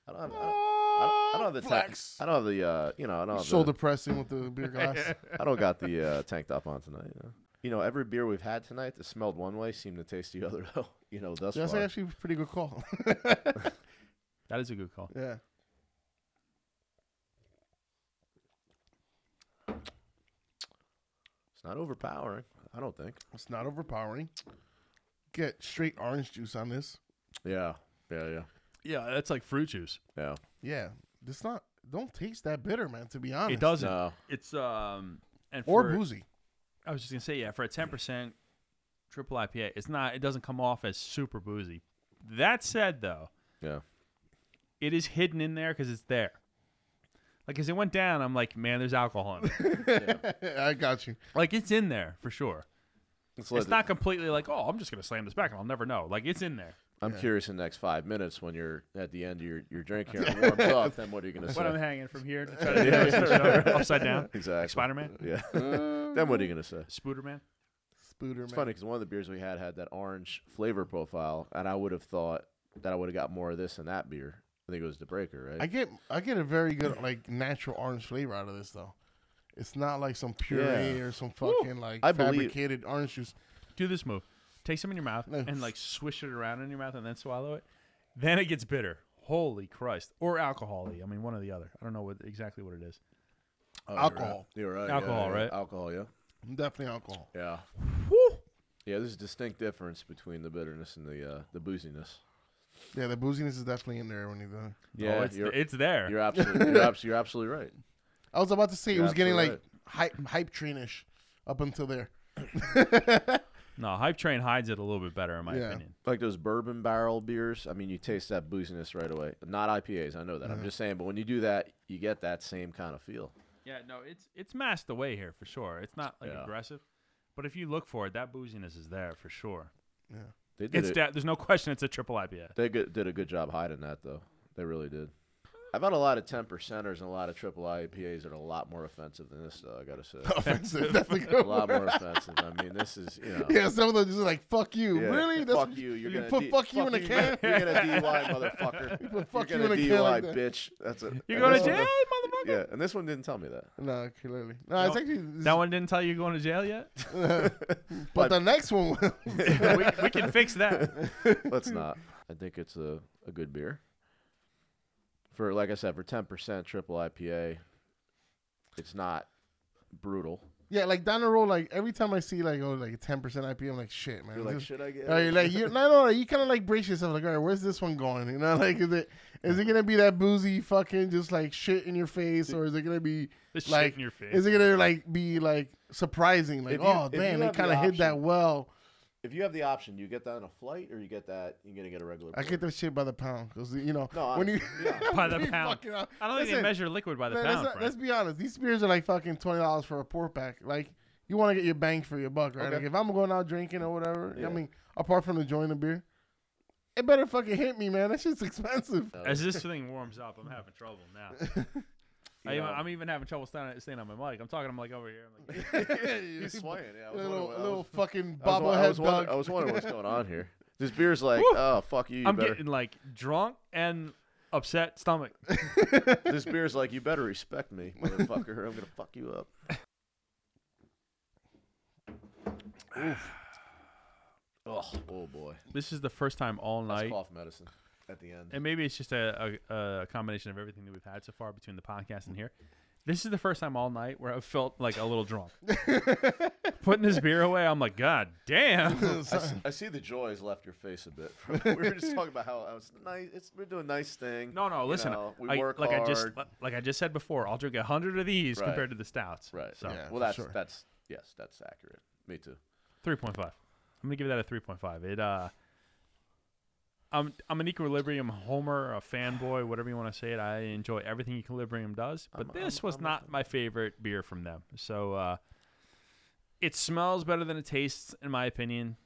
Speaker 2: I don't have. I don't, I don't, I don't have the tank.
Speaker 3: Flex.
Speaker 2: I don't have the. Uh, you know, I don't. Have
Speaker 3: shoulder
Speaker 2: the,
Speaker 3: pressing with the beer glass.
Speaker 2: I don't got the uh, tank top on tonight. You know? you know, every beer we've had tonight that smelled one way seemed to taste the other. though. you know, thus
Speaker 3: That's
Speaker 2: far.
Speaker 3: actually a pretty good call.
Speaker 1: That is a good call.
Speaker 3: yeah.
Speaker 2: It's not overpowering. I don't think.
Speaker 3: It's not overpowering. Get straight orange juice on this.
Speaker 2: Yeah. Yeah. Yeah.
Speaker 1: Yeah, that's like fruit juice.
Speaker 2: Yeah.
Speaker 3: Yeah, it's not. Don't taste that bitter, man. To be honest,
Speaker 1: It doesn't.
Speaker 2: No.
Speaker 1: It's um and
Speaker 3: Or
Speaker 1: for,
Speaker 3: boozy.
Speaker 1: I was just gonna say yeah for a ten percent triple IPA, it's not. It doesn't come off as super boozy. That said, though,
Speaker 2: Yeah.
Speaker 1: it is hidden in there because it's there. Like as it went down, I'm like, man, there's alcohol in it.
Speaker 3: I got you.
Speaker 1: like it's in there for sure.
Speaker 2: Let's
Speaker 1: It's
Speaker 2: let
Speaker 1: not completely like, oh, I'm just gonna slam this back and I'll never know. Like it's in there.
Speaker 2: the- I'm curious in the next five minutes when you're at the end of your, your drink here and it warms up, then what are you going to
Speaker 1: What I'm
Speaker 2: say?
Speaker 1: hanging from here to try to do this to the show, upside down.
Speaker 2: Exactly.
Speaker 1: Spider Man,
Speaker 2: Yeah. then what are you going to say?
Speaker 1: Spooder Man.
Speaker 3: Spooder,
Speaker 2: Um, It's
Speaker 3: man.
Speaker 2: funny because one of the beers we had had that orange flavor profile, and I would have thought that I would have got more of this in that beer. I think it was the breaker, right?
Speaker 3: I get I get a very good like natural orange flavor out of this though. It's not like some puree or some fucking like
Speaker 2: I believe-
Speaker 3: fabricated orange juice.
Speaker 1: Do this move. Take some in your mouth
Speaker 3: No.
Speaker 1: and like swish it around in your mouth and then swallow it. Then it gets bitter. Holy Christ! Or alcohol-y. I mean, one or the other. I don't know what exactly what it is.
Speaker 2: Oh,
Speaker 3: Alcohol.
Speaker 2: You're right. You're right.
Speaker 1: Alcohol,
Speaker 2: yeah, yeah.
Speaker 1: right?
Speaker 2: Alcohol, yeah.
Speaker 3: Definitely alcohol.
Speaker 2: Yeah. Yeah, there's a distinct difference between the bitterness and the uh, the booziness.
Speaker 3: Yeah, the booziness is definitely in there when you do it.
Speaker 1: oh,
Speaker 2: Yeah,
Speaker 1: it's,
Speaker 2: you're,
Speaker 1: it's there.
Speaker 2: you're absolutely you're, abs- you're absolutely right.
Speaker 3: I was about to say it
Speaker 2: You're
Speaker 3: was getting like
Speaker 2: absolutely
Speaker 3: hype hype trainish up until there.
Speaker 1: No, hype train hides it a little bit better in my
Speaker 3: Yeah.
Speaker 1: opinion.
Speaker 2: Like those bourbon barrel beers, I mean, you taste that booziness right away. Not IPAs, I know that. I'm just saying, but when you do that, you get that same kind of feel.
Speaker 1: Yeah, no, it's it's masked away here for sure. It's not like
Speaker 2: Yeah.
Speaker 1: aggressive, but if you look for it, that booziness is there for sure.
Speaker 2: They did
Speaker 1: It's
Speaker 2: it-
Speaker 1: that. There's no question. It's a triple IPA.
Speaker 2: They good, did a good job hiding that, though. They really did. I've had a lot of ten percenters and a lot of triple IPAs that are a lot more offensive than this, though. I gotta say,
Speaker 3: offensive. That's a
Speaker 2: a
Speaker 3: good
Speaker 2: lot
Speaker 3: word.
Speaker 2: more offensive. I mean, this is you know.
Speaker 3: Yeah, some of them just like fuck you.
Speaker 2: yeah,
Speaker 3: Really?
Speaker 2: Fuck
Speaker 3: what
Speaker 2: you. You're
Speaker 3: you
Speaker 2: gonna
Speaker 3: put
Speaker 2: D-
Speaker 3: fuck you in a can.
Speaker 2: You're gonna DUI, motherfucker.
Speaker 3: put fuck you
Speaker 2: you're gonna
Speaker 3: in a can
Speaker 2: DUI,
Speaker 3: like that.
Speaker 2: bitch. That's it.
Speaker 1: You
Speaker 2: And
Speaker 1: go to
Speaker 2: this
Speaker 1: jail,
Speaker 2: one-
Speaker 1: motherfucker.
Speaker 2: Yeah, and this one didn't tell me that.
Speaker 3: No, clearly. No, it's
Speaker 1: No,
Speaker 3: actually.
Speaker 1: That one didn't tell you you're going to jail yet.
Speaker 3: but the next one. will.
Speaker 1: we, we can fix that.
Speaker 2: Let's not. I think it's a, a good beer. For like I said, for ten percent triple IPA, it's not brutal.
Speaker 3: yeah, like down the road, like every time I see like oh like ten percent IP, I'm like shit, man.
Speaker 2: You're like,
Speaker 3: This-
Speaker 2: should I get?
Speaker 3: Or you're
Speaker 2: it?
Speaker 3: like you no no no, you kind of like brace yourself like all right where's this one going you know like is it is it gonna be that boozy fucking just like shit in your face or is it gonna be
Speaker 1: This
Speaker 3: Like,
Speaker 1: shit in your face.
Speaker 3: is it gonna like be like surprising like
Speaker 2: If you-
Speaker 3: oh
Speaker 2: if you
Speaker 3: man
Speaker 2: have
Speaker 3: they
Speaker 2: the
Speaker 3: kind of hit that
Speaker 2: option-
Speaker 3: well
Speaker 2: if you have the option, do you get that on a flight, or you get that you're gonna get a regular.
Speaker 3: I
Speaker 2: beer?
Speaker 3: get that shit by the pound because you know
Speaker 2: No,
Speaker 3: when you
Speaker 2: honestly, yeah.
Speaker 1: By the
Speaker 3: Fucking
Speaker 1: pound.
Speaker 3: hell.
Speaker 1: I don't think they
Speaker 3: Listen,
Speaker 1: measure liquid by the
Speaker 3: man,
Speaker 1: pound,
Speaker 3: let's, not-
Speaker 1: Frank.
Speaker 3: let's be honest these beers are like fucking twenty dollars for a pour pack like you want to get your bang for your buck right
Speaker 2: Okay.
Speaker 3: like if I'm going out drinking or whatever
Speaker 2: Yeah.
Speaker 3: I mean apart from enjoying the beer it better fucking hit me man that shit's expensive.
Speaker 2: No,
Speaker 1: As this thing warms up, I'm having trouble now.
Speaker 2: you
Speaker 1: I even,
Speaker 2: know,
Speaker 1: I'm even having trouble staying, staying on my mic. I'm talking. I'm like over here. I'm like,
Speaker 2: he's swaying. Yeah, I
Speaker 3: A
Speaker 2: was
Speaker 3: little,
Speaker 2: wondering-
Speaker 3: a
Speaker 2: I
Speaker 3: little
Speaker 2: was-
Speaker 3: fucking
Speaker 2: I was wa- I
Speaker 3: bobblehead
Speaker 2: was, wonder-
Speaker 3: dog.
Speaker 2: I was wondering what's going on here. This beer's like,
Speaker 1: Woo!
Speaker 2: oh fuck you. you
Speaker 1: I'm
Speaker 2: better,
Speaker 1: getting like drunk and upset stomach.
Speaker 2: this beer's like, you better respect me, motherfucker. or I'm gonna fuck you up. Oh, oh boy.
Speaker 1: This is the first time all
Speaker 2: That's
Speaker 1: night,
Speaker 2: cough medicine at the end.
Speaker 1: and maybe it's just a, a, a combination of everything that we've had so far between the podcast and here. This is the first time all night where I felt like a little drunk. Putting this beer away, I'm like, God damn.
Speaker 2: I, s- I see the joy has left your face a bit. we were just talking about how it's nice. It's, we're doing nice thing.
Speaker 1: No, no,
Speaker 2: you
Speaker 1: listen.
Speaker 2: know, we
Speaker 1: I-
Speaker 2: work
Speaker 1: like
Speaker 2: hard.
Speaker 1: I just like I just said before, I'll drink a hundred of these
Speaker 2: Right.
Speaker 1: compared to the stouts.
Speaker 2: right.
Speaker 1: So
Speaker 3: Yeah, for
Speaker 2: well, that's
Speaker 3: sure.
Speaker 2: that's yes, that's accurate. Me too.
Speaker 1: Three point five. I'm gonna give that a three point five. It uh, I'm I'm an equilibrium homer, a fanboy, whatever you want to say it. I enjoy everything equilibrium does, but
Speaker 2: I'm-
Speaker 1: this
Speaker 2: I'm-
Speaker 1: was
Speaker 2: I'm a
Speaker 1: not my favorite beer from them. So uh, it smells better than it tastes, in my opinion.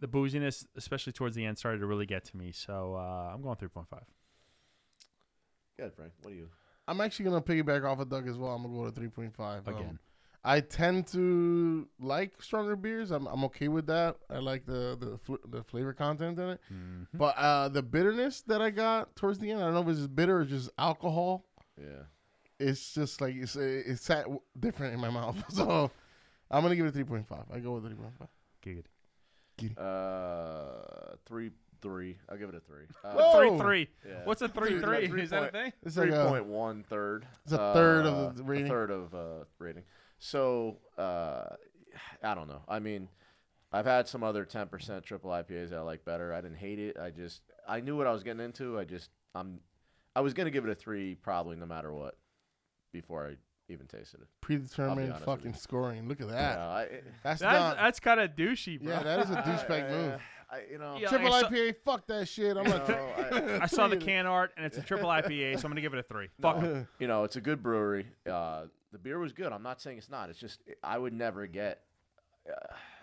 Speaker 1: The booziness, especially towards the end, started to really get to me. So uh, I'm going three point five.
Speaker 2: Good, Frank. What do you?
Speaker 3: I'm actually gonna piggyback off of Doug as well. I'm gonna go to 3.5 Um,
Speaker 1: Again.
Speaker 3: I tend to like stronger beers. I'm, I'm okay with that. I like the the, fl- the flavor content in it,
Speaker 2: Mm-hmm.
Speaker 3: but uh, the bitterness that I got towards the end, I don't know if it's just bitter or just alcohol.
Speaker 2: Yeah.
Speaker 3: It's just like it's it it sat w- different in my mouth. So I'm gonna give it a 3.5. I go with 3.5.
Speaker 1: Good.
Speaker 2: Uh, three, three. I'll give it a three.
Speaker 3: Whoa!
Speaker 2: Uh,
Speaker 1: Three three.
Speaker 2: Yeah.
Speaker 1: What's a three
Speaker 2: Three-
Speaker 1: three? Is that a
Speaker 2: three-point-
Speaker 1: thing?
Speaker 3: It's
Speaker 2: three
Speaker 3: like a,
Speaker 2: point one third.
Speaker 3: It's a third of the
Speaker 2: Uh,
Speaker 3: rating.
Speaker 2: A third of uh, rating. So uh, I don't know. I mean, I've had some other ten percent triple IPAs that I like better. I didn't hate it. I just I knew what I was getting into. I just I'm I was gonna give it a three probably no matter what before I even tasted it.
Speaker 3: predetermined
Speaker 2: honest with
Speaker 3: fucking scoring. Look at that.
Speaker 2: Yeah, I, eh.
Speaker 1: That's
Speaker 3: That's, not.
Speaker 1: that's kind of douchey, bro.
Speaker 3: yeah, that is a
Speaker 2: I- eh,
Speaker 3: douchebag move.
Speaker 2: I, you know.
Speaker 1: Yeah,
Speaker 3: Triple
Speaker 1: I saw-
Speaker 3: IPA, fuck that shit. I'm not.
Speaker 2: no, I-
Speaker 1: I saw the can art and it's a triple IPA, so I'm gonna give it a three. Fuck. it.
Speaker 2: you know, it's a good brewery. Uh, the beer was good. I'm not saying it's not. It's just I would never get uh,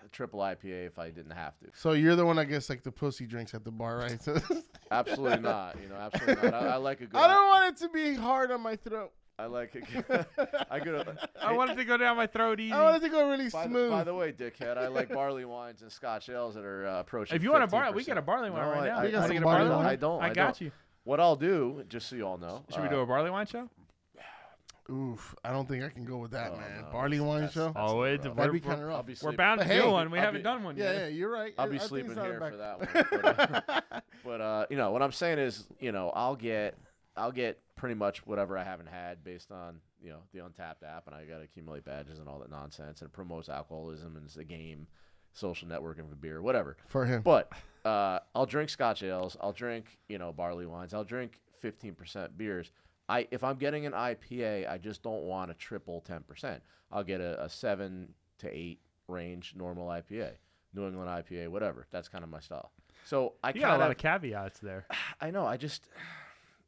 Speaker 2: a triple IPA if I didn't have to.
Speaker 3: So you're the one that gets like the pussy drinks at the bar, right? So
Speaker 2: Absolutely not. You know, absolutely not. I, I like a good.
Speaker 3: I don't want it to be hard on my throat.
Speaker 2: I like a good. I go to.
Speaker 1: I wanted to go down my throat easy.
Speaker 3: I want it to go really
Speaker 2: By the,
Speaker 3: smooth.
Speaker 2: by the way, dickhead, I like barley wines and Scotch ales that are uh, approaching.
Speaker 1: If you want a barley, we
Speaker 2: 15%.
Speaker 1: got a barley wine
Speaker 2: No,
Speaker 1: right
Speaker 2: I-
Speaker 1: now.
Speaker 2: I,
Speaker 3: We got
Speaker 2: I
Speaker 3: some
Speaker 2: don't-
Speaker 3: barley
Speaker 2: I don't-
Speaker 3: wine.
Speaker 2: I don't.
Speaker 1: I
Speaker 2: I
Speaker 1: got
Speaker 2: don't.
Speaker 1: you.
Speaker 2: What I'll do, just so you all know.
Speaker 1: Should we do
Speaker 2: uh,
Speaker 1: a barley wine show?
Speaker 3: Oof, I don't think I can go with that,
Speaker 2: oh,
Speaker 3: man.
Speaker 2: no,
Speaker 3: Barley wine
Speaker 2: that's-
Speaker 3: show.
Speaker 2: that's
Speaker 1: Oh,
Speaker 2: not
Speaker 1: it-
Speaker 2: rough.
Speaker 1: we're-
Speaker 3: That'd be kind of
Speaker 2: I'll
Speaker 3: rough.
Speaker 2: be
Speaker 1: We're
Speaker 2: sleeping-
Speaker 1: bound to
Speaker 3: But
Speaker 1: do
Speaker 3: hey,
Speaker 1: one. We
Speaker 2: I'll
Speaker 1: haven't
Speaker 2: be-
Speaker 1: done one
Speaker 3: Yeah,
Speaker 1: yet.
Speaker 3: yeah, you're right.
Speaker 2: I'll
Speaker 3: I
Speaker 2: be
Speaker 3: think it's
Speaker 2: sleeping
Speaker 3: not a
Speaker 2: here
Speaker 3: bad-
Speaker 2: for that one. But, uh, but, uh, you know what I'm saying is, you know, I'll get I'll get pretty much whatever I haven't had based on you know the Untapped app, and I got to accumulate badges and all that nonsense, and it promotes alcoholism and it's a game, social networking for beer, whatever.
Speaker 3: for him.
Speaker 2: But uh, I'll drink Scotch ales, I'll drink you know barley wines, I'll drink 15% beers. I if I'm getting an IPA, I just don't want a triple 10%. I'll get a, a seven to eight range normal IPA, New England IPA, whatever. That's kind of my style. So I
Speaker 1: You
Speaker 2: kind
Speaker 1: got a lot of caveats there.
Speaker 2: I know. I just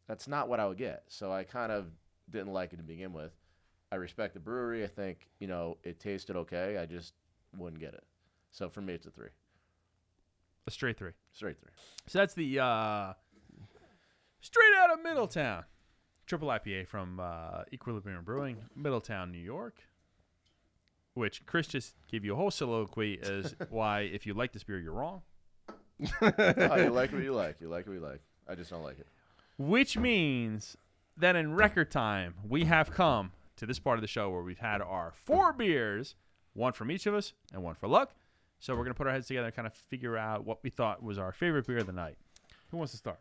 Speaker 2: that's not what I would get. So I kind of didn't like it to begin with. I respect the brewery. I think you know it tasted okay. I just wouldn't get it. So for me, it's a three,
Speaker 1: A straight three.
Speaker 2: straight three.
Speaker 1: So that's the uh, straight out of Middletown. triple IPA from uh, Equilibrium Brewing, Middletown, New York. Which Chris just gave you a whole soliloquy as why if you like this beer you're wrong,
Speaker 2: Oh, you like what you like. You like what you like. I just don't like it.
Speaker 1: which means that in record time we have come to this part of the show where we've had our four beers, one from each of us and one for luck. So we're gonna put our heads together and kind of figure out what we thought was our favorite beer of the night. Who wants to start?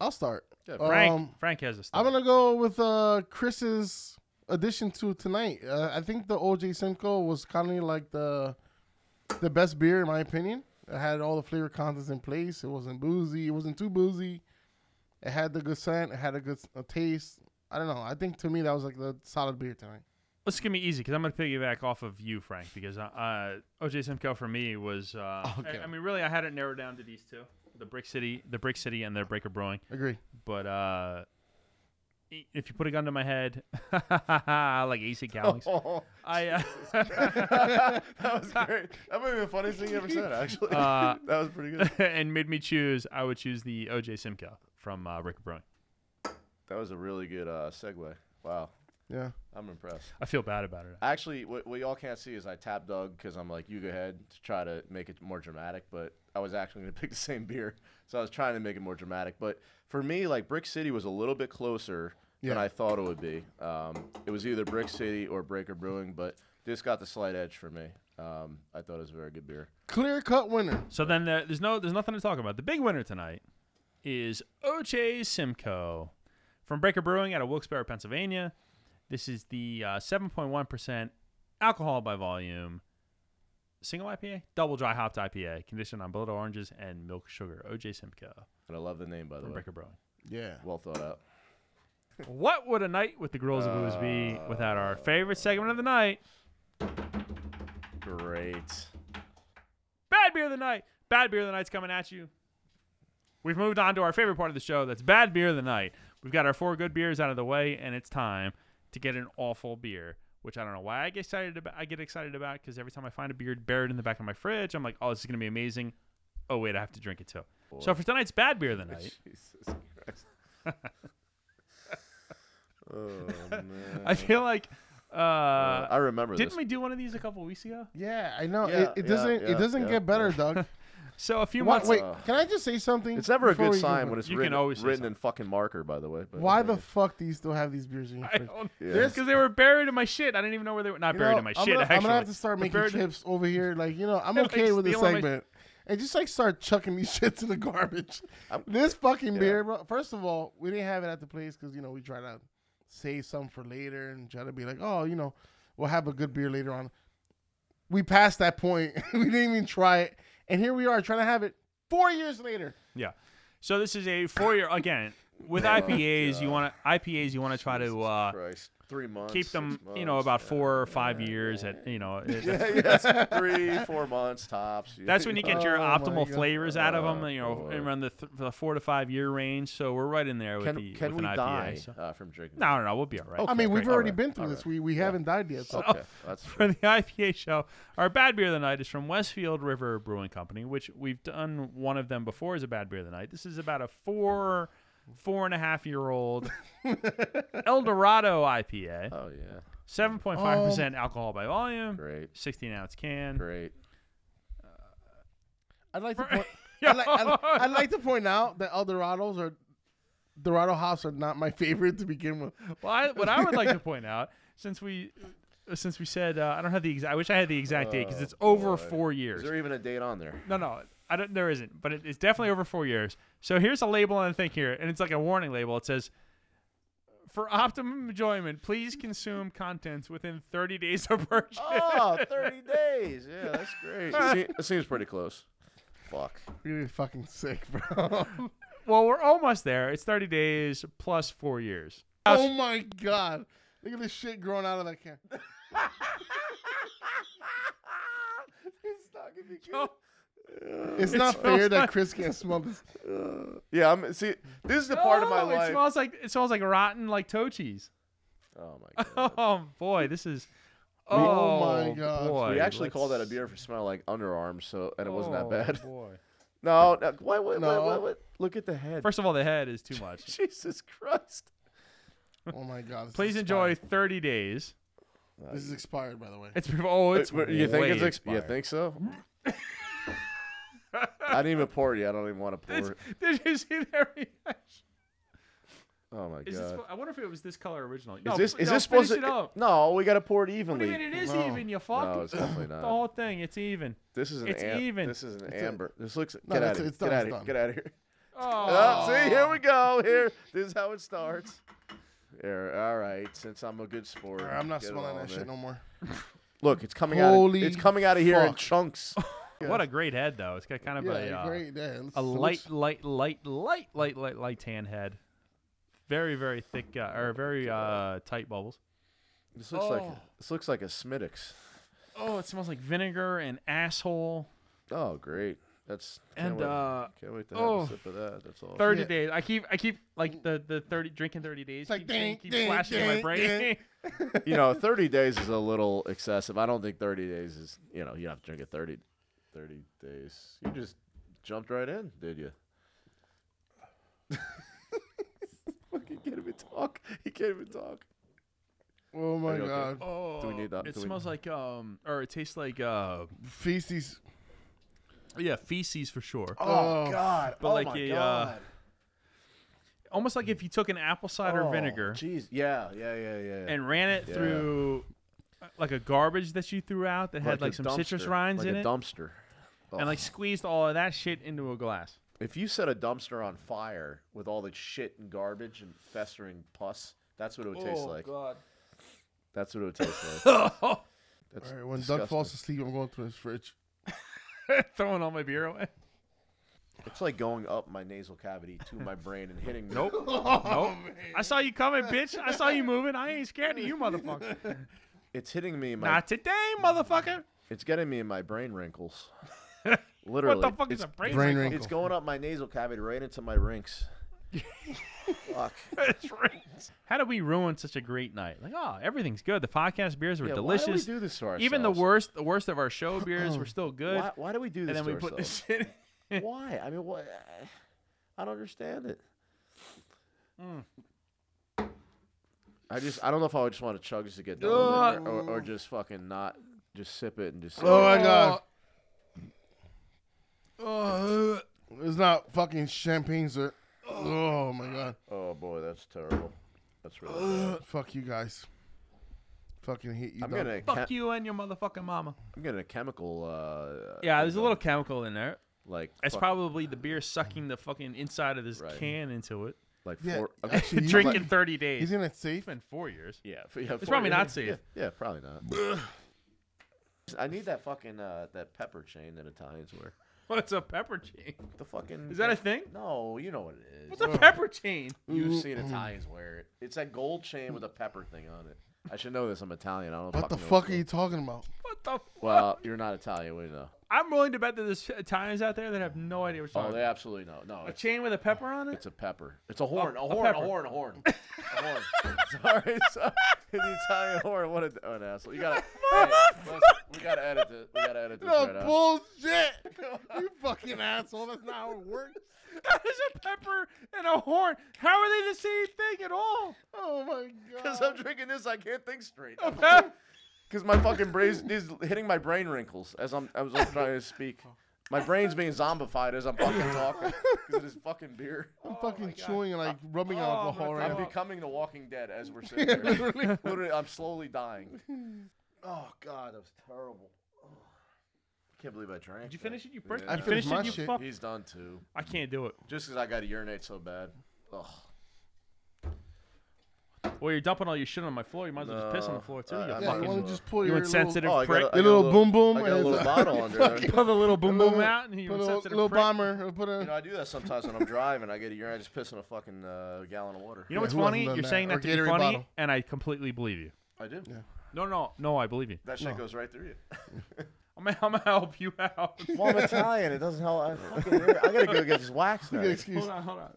Speaker 3: I'll start.
Speaker 2: Yeah,
Speaker 1: Frank.
Speaker 3: Um,
Speaker 1: Frank has a start.
Speaker 3: I'm gonna go with uh, Chris's addition to tonight. Uh, I think the OJ Simcoe was kind of like the the best beer in my opinion. It had all the flavor contents in place. It wasn't boozy. It wasn't too boozy. It had the good scent. It had a good s- uh taste. I don't know. I think to me that was like the solid beer tonight.
Speaker 1: Let's give me easy because I'm going to piggyback off of you, Frank, because uh, uh, OJ Simcoe for me was. Uh,
Speaker 3: Okay.
Speaker 1: I, I mean, really, I had it narrowed down to these two: the Brick City, the Brick City, and the Breaker Brewing.
Speaker 3: Agree.
Speaker 1: But uh, i- if you put a gun to my head, like AC
Speaker 2: Oh,
Speaker 1: Cowlings, I. Uh,
Speaker 2: that was great. That might be the funniest thing you ever said, actually.
Speaker 1: Uh,
Speaker 2: that was pretty good.
Speaker 1: and made me choose. I would choose the OJ Simcoe from uh, Breaker Brewing.
Speaker 2: That was a really good uh, segue. Wow.
Speaker 3: Yeah.
Speaker 2: I'm impressed.
Speaker 1: I feel bad about it.
Speaker 2: Actually, what, what y'all can't see is I tap Doug because I'm like, you go ahead to try to make it more dramatic, but I was actually going to pick the same beer. So I was trying to make it more dramatic. But for me, like, Brick City was a little bit closer than
Speaker 3: Yeah.
Speaker 2: I thought it would be. Um, it was either Brick City or Breaker Brewing, but this got the slight edge for me. Um, I thought it was a very good beer.
Speaker 3: Clear cut winner.
Speaker 1: So then there, there's no there's nothing to talk about. The big winner tonight is OJ Simcoe from Breaker Brewing out of Wilkes-Barre, Pennsylvania. This is the uh, 7.1% alcohol by volume single IPA, double dry hopped IPA, conditioned on blood oranges and milk sugar. OJ Simcoe
Speaker 2: And I love the name, by the
Speaker 1: from
Speaker 2: way.
Speaker 1: Breaker Brewing.
Speaker 3: Yeah.
Speaker 2: Well thought out.
Speaker 1: What would a night with the girls of booze be without
Speaker 2: Uh,
Speaker 1: our favorite segment of the night,
Speaker 2: Great.
Speaker 1: Bad Beer of the Night? Bad Beer of the Night's coming at you. We've moved on to our favorite part of the show. That's bad beer of the night. We've got our four good beers out of the way, and it's time to get an awful beer. Which I don't know why I get excited about. I get excited about because every time I find a beer buried in the back of my fridge, I'm like, "Oh, this is gonna be amazing." Oh wait, I have to drink it too. So for tonight's bad beer of the night,
Speaker 2: Jesus Christ. oh, man.
Speaker 1: I feel like uh,
Speaker 2: I remember
Speaker 1: didn't
Speaker 2: this.
Speaker 1: we do one of these a couple weeks ago?
Speaker 3: Yeah, I know.
Speaker 2: Yeah,
Speaker 3: it, it
Speaker 2: yeah,
Speaker 3: doesn't.
Speaker 2: yeah,
Speaker 3: it doesn't
Speaker 2: yeah.
Speaker 3: get better, Doug.
Speaker 1: So a few
Speaker 3: Why,
Speaker 1: months.
Speaker 3: wait,
Speaker 2: Uh,
Speaker 3: can I just say something?
Speaker 2: It's never a
Speaker 3: before
Speaker 2: good
Speaker 3: we go
Speaker 2: sign
Speaker 3: for-
Speaker 2: when it's
Speaker 1: You can
Speaker 2: written,
Speaker 1: always say
Speaker 2: written in fucking marker, by the way. But
Speaker 3: Why the fuck do you still have these beers in your
Speaker 1: I
Speaker 3: fridge?
Speaker 1: don't
Speaker 2: Yeah.
Speaker 1: because they were buried in my shit. I didn't even know where they were. Not
Speaker 3: You
Speaker 1: buried
Speaker 3: know,
Speaker 1: in my
Speaker 3: I'm
Speaker 1: shit.
Speaker 3: Gonna,
Speaker 1: actually,
Speaker 3: I'm gonna have to start
Speaker 1: They're
Speaker 3: making
Speaker 1: buried in-
Speaker 3: chips over here. Like you know, I'm
Speaker 1: Like,
Speaker 3: okay with this
Speaker 1: stealing my-
Speaker 3: segment. And just like start chucking these shits in the garbage. this fucking beer, bro. First of all, we didn't have it at the place because you know we try to save some for later and try to be like, oh, you know, we'll have a good beer later on. We passed that point. we didn't even try it, and here we are trying to have it four years later.
Speaker 1: Yeah. So this is a four year again with IPAs. You want to IPAs. You want to try to uh,
Speaker 2: Christ. Three months.
Speaker 1: keep
Speaker 2: six
Speaker 1: them, you know,
Speaker 2: months,
Speaker 1: about
Speaker 2: yeah.
Speaker 1: four or five years. At you know, it-
Speaker 2: Yeah, yes, three, four months tops.
Speaker 1: that's when you get your
Speaker 3: Oh my
Speaker 1: optimal
Speaker 3: God.
Speaker 1: flavors out of them.
Speaker 2: Oh,
Speaker 1: You know,
Speaker 2: boy.
Speaker 1: around the, th- the four to five year range. So we're right in there with
Speaker 2: Can,
Speaker 1: the
Speaker 2: can
Speaker 1: with
Speaker 2: we
Speaker 1: an
Speaker 2: die
Speaker 1: IPA. So.
Speaker 2: uh, from drinking?
Speaker 1: No, no, no. We'll be all right.
Speaker 3: I mean, we've
Speaker 2: great.
Speaker 3: already
Speaker 2: Alright,
Speaker 3: been through
Speaker 2: alright.
Speaker 3: this. We we haven't died yet. So
Speaker 2: Okay, Oh, that's
Speaker 1: for the IPA show. Our bad beer of the night is from Westfield River Brewing Company, which we've done one of them before as a bad beer of the night. This is about a four, four and a half year old El Dorado IPA,
Speaker 2: Oh yeah,
Speaker 1: seven point five percent alcohol by volume,
Speaker 2: oh. great,
Speaker 1: sixteen ounce can.
Speaker 2: great.
Speaker 3: I'd like to point. I'd, like, I'd, I'd like to point out that El Dorados are Dorado hops are not my favorite to begin with.
Speaker 1: Well, I, what I would like to point out, since we, since we said uh, I don't have the exact, I wish I had the exact date because it's over
Speaker 2: Oh, boy.
Speaker 1: four years.
Speaker 2: Is there even a date on there?
Speaker 1: No, no, I don't. There isn't, but it, it's definitely over four years. So here's a label on the thing here, and it's like a warning label. It says, "For optimum enjoyment, please consume contents within 30 days of purchase."
Speaker 2: Oh, 30 days. Yeah, that's great. See, that seems pretty close. Fuck.
Speaker 3: Really fucking sick, bro.
Speaker 1: Well, we're almost there. It's 30 days plus four years.
Speaker 3: oh my god. Look at this shit growing out of that can.
Speaker 2: It's not gonna be good.
Speaker 1: Oh,
Speaker 3: It's not
Speaker 1: smells
Speaker 3: fair that
Speaker 1: like-
Speaker 3: Chris can't smell this.
Speaker 2: Yeah, I'm see. This is the part of my
Speaker 1: Oh, it
Speaker 2: life.
Speaker 1: smells like it smells like rotten like toe cheese.
Speaker 2: oh my god.
Speaker 1: Oh boy, this is. Oh,
Speaker 3: Oh my God.
Speaker 1: boy,
Speaker 2: We actually
Speaker 1: let's-
Speaker 2: call that a beer for smelling like underarms, so and it wasn't
Speaker 1: Oh,
Speaker 2: that bad.
Speaker 1: boy.
Speaker 2: No, no why, why, why,
Speaker 3: No.
Speaker 2: why, why- Look at the head.
Speaker 1: First of all, the head is too much.
Speaker 2: Jesus Christ.
Speaker 3: Oh my god! this is
Speaker 1: Please
Speaker 3: expired.
Speaker 1: enjoy 30 days.
Speaker 3: This is expired, by the way.
Speaker 1: It's oh, it's
Speaker 2: you think
Speaker 1: way
Speaker 2: it's ex- you
Speaker 1: expired.
Speaker 2: think so? I didn't even pour it yet. I don't even want to pour
Speaker 1: Did,
Speaker 2: it.
Speaker 1: did you see that reaction?
Speaker 2: Oh my
Speaker 1: Is this,
Speaker 2: god.
Speaker 1: I wonder if it was this color originally.
Speaker 2: Is this is
Speaker 1: no,
Speaker 2: this supposed
Speaker 1: finish
Speaker 2: to?
Speaker 1: It up.
Speaker 2: No, we gotta pour it
Speaker 1: What do
Speaker 2: evenly.
Speaker 1: you mean it is
Speaker 3: No.
Speaker 1: even? You fuck.
Speaker 2: no, it's definitely
Speaker 1: the
Speaker 2: not.
Speaker 1: whole thing, it's even.
Speaker 2: This is an
Speaker 1: it's
Speaker 2: am-
Speaker 1: even.
Speaker 2: This is an
Speaker 3: It's a-
Speaker 2: amber. This looks.
Speaker 3: No,
Speaker 2: get
Speaker 3: it's-
Speaker 2: out of here.
Speaker 3: it's done,
Speaker 2: Get out
Speaker 3: it's
Speaker 2: of here.
Speaker 3: done.
Speaker 2: Get out of here.
Speaker 1: Oh,
Speaker 2: Oh, see, here we go. Here, this is how it starts. Here, all right. Since I'm a good sport,
Speaker 3: Alright, I'm not
Speaker 2: get it
Speaker 3: smelling
Speaker 2: all
Speaker 3: that
Speaker 2: there.
Speaker 3: shit no more.
Speaker 2: Look, it's coming
Speaker 3: Holy
Speaker 2: out. Of, it's coming out of here in
Speaker 3: fuck.
Speaker 2: chunks.
Speaker 1: what a great head though. It's got kind of
Speaker 3: Yeah,
Speaker 1: a uh,
Speaker 3: great. Yeah,
Speaker 1: a light, light, light, light, light, light, light tan head. Very, very thick uh, or very uh, tight bubbles.
Speaker 2: This looks like
Speaker 3: Oh.
Speaker 2: this looks like a Smittix.
Speaker 1: Oh, it smells like vinegar and asshole.
Speaker 2: Oh, great. That's can't
Speaker 1: And
Speaker 2: wait.
Speaker 1: uh,
Speaker 2: can't wait to have
Speaker 1: oh.
Speaker 2: a sip of that. That's all.
Speaker 1: thirty
Speaker 3: Yeah.
Speaker 1: days. I keep, I keep like the the thirty drinking thirty days.
Speaker 3: It's like
Speaker 1: keep saying-
Speaker 3: ding,
Speaker 1: keep
Speaker 3: ding,
Speaker 1: flashing in my
Speaker 3: ding,
Speaker 1: brain.
Speaker 3: ding.
Speaker 2: you know, 30 days is a little excessive. I don't think 30 days is. You know, you don't have to drink it 30, 30 days. You just jumped right in, did you? Fucking can't even talk. He can't even talk.
Speaker 3: Oh my
Speaker 2: Are you okay?
Speaker 3: god.
Speaker 1: oh,
Speaker 2: Do we need that?
Speaker 1: It
Speaker 2: Do we-
Speaker 1: smells like um, or it tastes like uh,
Speaker 3: Feces.
Speaker 1: yeah, feces for sure.
Speaker 3: Oh,
Speaker 2: God!
Speaker 1: But like a, uh, Almost like if you took an apple cider
Speaker 3: Oh,
Speaker 1: vinegar
Speaker 2: Oh, Jeez, yeah, yeah, yeah, yeah.
Speaker 1: and ran it
Speaker 2: Yeah.
Speaker 1: through uh, like a garbage that you threw out that had
Speaker 2: a
Speaker 1: like some citrus
Speaker 2: dumpster,
Speaker 1: rinds
Speaker 2: like
Speaker 1: in
Speaker 2: a
Speaker 1: it,
Speaker 2: Dumpster.
Speaker 1: and like squeezed all of that shit into a glass.
Speaker 2: If you set a dumpster on fire with all the shit and garbage and festering pus, that's what it would taste like.
Speaker 1: Oh,
Speaker 3: Oh,
Speaker 1: God.
Speaker 2: That's what it would taste like.
Speaker 1: Oh,
Speaker 2: That's
Speaker 3: All right, when
Speaker 2: disgusting.
Speaker 3: Doug falls asleep, I'm going through his fridge.
Speaker 1: throwing all my beer away.
Speaker 2: it's like going up my nasal cavity to my brain and hitting. me.
Speaker 1: Nope.
Speaker 3: Oh,
Speaker 1: nope. I saw you coming, bitch. I saw you moving. I ain't scared of you, motherfucker.
Speaker 2: It's hitting me. In my.
Speaker 1: Not today, motherfucker.
Speaker 2: It's getting me in my brain wrinkles.
Speaker 1: What
Speaker 2: Literally.
Speaker 1: the fuck is
Speaker 2: it's,
Speaker 1: a brain,
Speaker 3: brain
Speaker 1: wrinkle?
Speaker 3: wrinkle?
Speaker 2: It's going up my nasal cavity right into my rinks. Fuck.
Speaker 1: It's rings. How do we ruin such a great night? Like, oh, everything's good. The podcast beers were
Speaker 2: Yeah, Why do we
Speaker 1: delicious.
Speaker 2: do this to ourselves? Oh,
Speaker 1: Even the worst, the worst of our show beers were still good.
Speaker 2: Why, why do we do
Speaker 1: and
Speaker 2: this?
Speaker 1: then
Speaker 2: to
Speaker 1: we put
Speaker 2: ourselves?
Speaker 1: this shit. in.
Speaker 2: Why? I mean, what? I don't understand it.
Speaker 1: Hmm.
Speaker 2: I just, I don't know if I would just want to chug just to get done with it, or, or, or just fucking not, just sip it and just. Say,
Speaker 3: Oh my god. Oh, it's not fucking champagne, sir. Oh my god.
Speaker 2: oh boy, that's terrible. That's really. Bad.
Speaker 3: Fuck you guys. Fucking hate you.
Speaker 2: I'm
Speaker 3: Doug.
Speaker 2: gonna,
Speaker 1: Fuck
Speaker 2: chem-
Speaker 1: you and your motherfucking mama.
Speaker 2: I'm gonna chemical. Uh,
Speaker 1: Yeah, there's a
Speaker 2: uh,
Speaker 1: little chemical in there.
Speaker 2: like.
Speaker 1: It's
Speaker 2: fuck-
Speaker 1: probably the beer sucking the fucking inside of this
Speaker 2: Right.
Speaker 1: can into it.
Speaker 2: like
Speaker 3: Yeah,
Speaker 2: four. okay,
Speaker 3: actually, he's
Speaker 1: Drinking
Speaker 3: like-
Speaker 1: 30 days.
Speaker 3: He's in it
Speaker 1: It's
Speaker 3: safe.
Speaker 1: been four years.
Speaker 2: Yeah, f- yeah.
Speaker 1: It's
Speaker 2: four-
Speaker 1: probably not
Speaker 2: yeah,
Speaker 1: safe.
Speaker 2: Yeah, probably not. I need that fucking uh, that pepper chain that Italians wear.
Speaker 1: What's a pepper chain?
Speaker 2: The fucking
Speaker 1: Is that a thing?
Speaker 2: No, you know what it is.
Speaker 1: What's a pepper chain?
Speaker 2: You've seen
Speaker 1: Mm.
Speaker 2: Italians wear it. It's that gold chain with a pepper thing on it. I should know this. I'm Italian. I don't.
Speaker 3: What the
Speaker 2: fucking know
Speaker 3: fuck
Speaker 2: what's
Speaker 3: are you talking about?
Speaker 1: What the? F-
Speaker 2: going- Well, you're not Italian. We know.
Speaker 1: I'm willing to bet that there's Italians out there that have no idea what you're
Speaker 2: Oh,
Speaker 1: talking
Speaker 2: they
Speaker 1: about.
Speaker 2: absolutely know. No,
Speaker 1: A
Speaker 2: it's,
Speaker 1: chain with a pepper on it?
Speaker 2: it's a pepper. It's a horn. Oh, A,
Speaker 1: a
Speaker 2: horn. A,
Speaker 1: pepper.
Speaker 2: horn. A horn. A horn. sorry, sorry. The Italian horn. What, a, what an asshole. You gotta. hey, listen, we gotta edit this. We gotta edit this
Speaker 3: No
Speaker 2: right out.
Speaker 3: bullshit. you fucking asshole. That's not how it works.
Speaker 1: That is a pepper and a horn. How are they the same thing at all?
Speaker 3: Oh my
Speaker 2: Because
Speaker 3: god.
Speaker 2: I'm drinking this, I can't think straight.
Speaker 1: A pe-
Speaker 2: Because my fucking brain is hitting my brain wrinkles as I'm as I'm trying to speak. My brain's being zombified as I'm fucking talking because of this fucking beer.
Speaker 3: I'm
Speaker 1: my
Speaker 3: fucking
Speaker 1: God.
Speaker 3: chewing and like rubbing
Speaker 1: oh, I'm
Speaker 3: alcohol
Speaker 1: gonna
Speaker 3: right
Speaker 2: I'm
Speaker 1: throw
Speaker 3: now.
Speaker 1: up.
Speaker 2: becoming the Walking Dead as we're sitting here. literally. I'm slowly dying. Oh God, that was terrible. Oh. Can't believe I drank.
Speaker 1: Did you
Speaker 2: that.
Speaker 1: finish it? You burnt
Speaker 2: Yeah.
Speaker 1: you
Speaker 3: I finished my
Speaker 1: it, you
Speaker 3: shit.
Speaker 1: fuck.
Speaker 2: He's done too.
Speaker 1: I can't do it.
Speaker 2: Just because I got to urinate so bad. Ugh.
Speaker 1: Well, you're dumping all your shit on my floor. You might as well just piss on the
Speaker 2: No,
Speaker 1: floor too.
Speaker 2: I-
Speaker 1: you
Speaker 2: I
Speaker 1: fucking-
Speaker 3: Yeah, you
Speaker 2: fucking
Speaker 3: want
Speaker 2: will.
Speaker 3: to just pull
Speaker 1: You
Speaker 3: your
Speaker 1: insensitive
Speaker 3: little,
Speaker 2: Oh, I
Speaker 1: prick.
Speaker 2: got a,
Speaker 3: your little boom boom.
Speaker 2: I got a
Speaker 3: and-
Speaker 2: little bottle under there.
Speaker 1: You pull the little boom boom
Speaker 3: little-
Speaker 1: out and you
Speaker 3: Put a little,
Speaker 1: insensitive
Speaker 3: little
Speaker 1: prick.
Speaker 3: bomber. Put a,
Speaker 2: You know, I do that sometimes when I'm driving. I get a urine. I just piss on a fucking uh, gallon of water.
Speaker 1: You know
Speaker 3: Yeah,
Speaker 1: what's
Speaker 3: who hasn't
Speaker 1: funny?
Speaker 3: done
Speaker 1: You're
Speaker 3: that?
Speaker 1: saying
Speaker 3: Or
Speaker 1: that to be
Speaker 3: Gatorade
Speaker 1: funny,
Speaker 3: bottle.
Speaker 1: and I completely believe you.
Speaker 2: I do.
Speaker 1: No, no, no, I believe you.
Speaker 2: That shit
Speaker 3: No.
Speaker 2: goes right through you.
Speaker 1: I'm gonna, I'm gonna help you out.
Speaker 2: Well, I'm Italian. It doesn't help. I fucking. I gotta go get this wax
Speaker 3: Good excuse.
Speaker 1: hold on, hold on.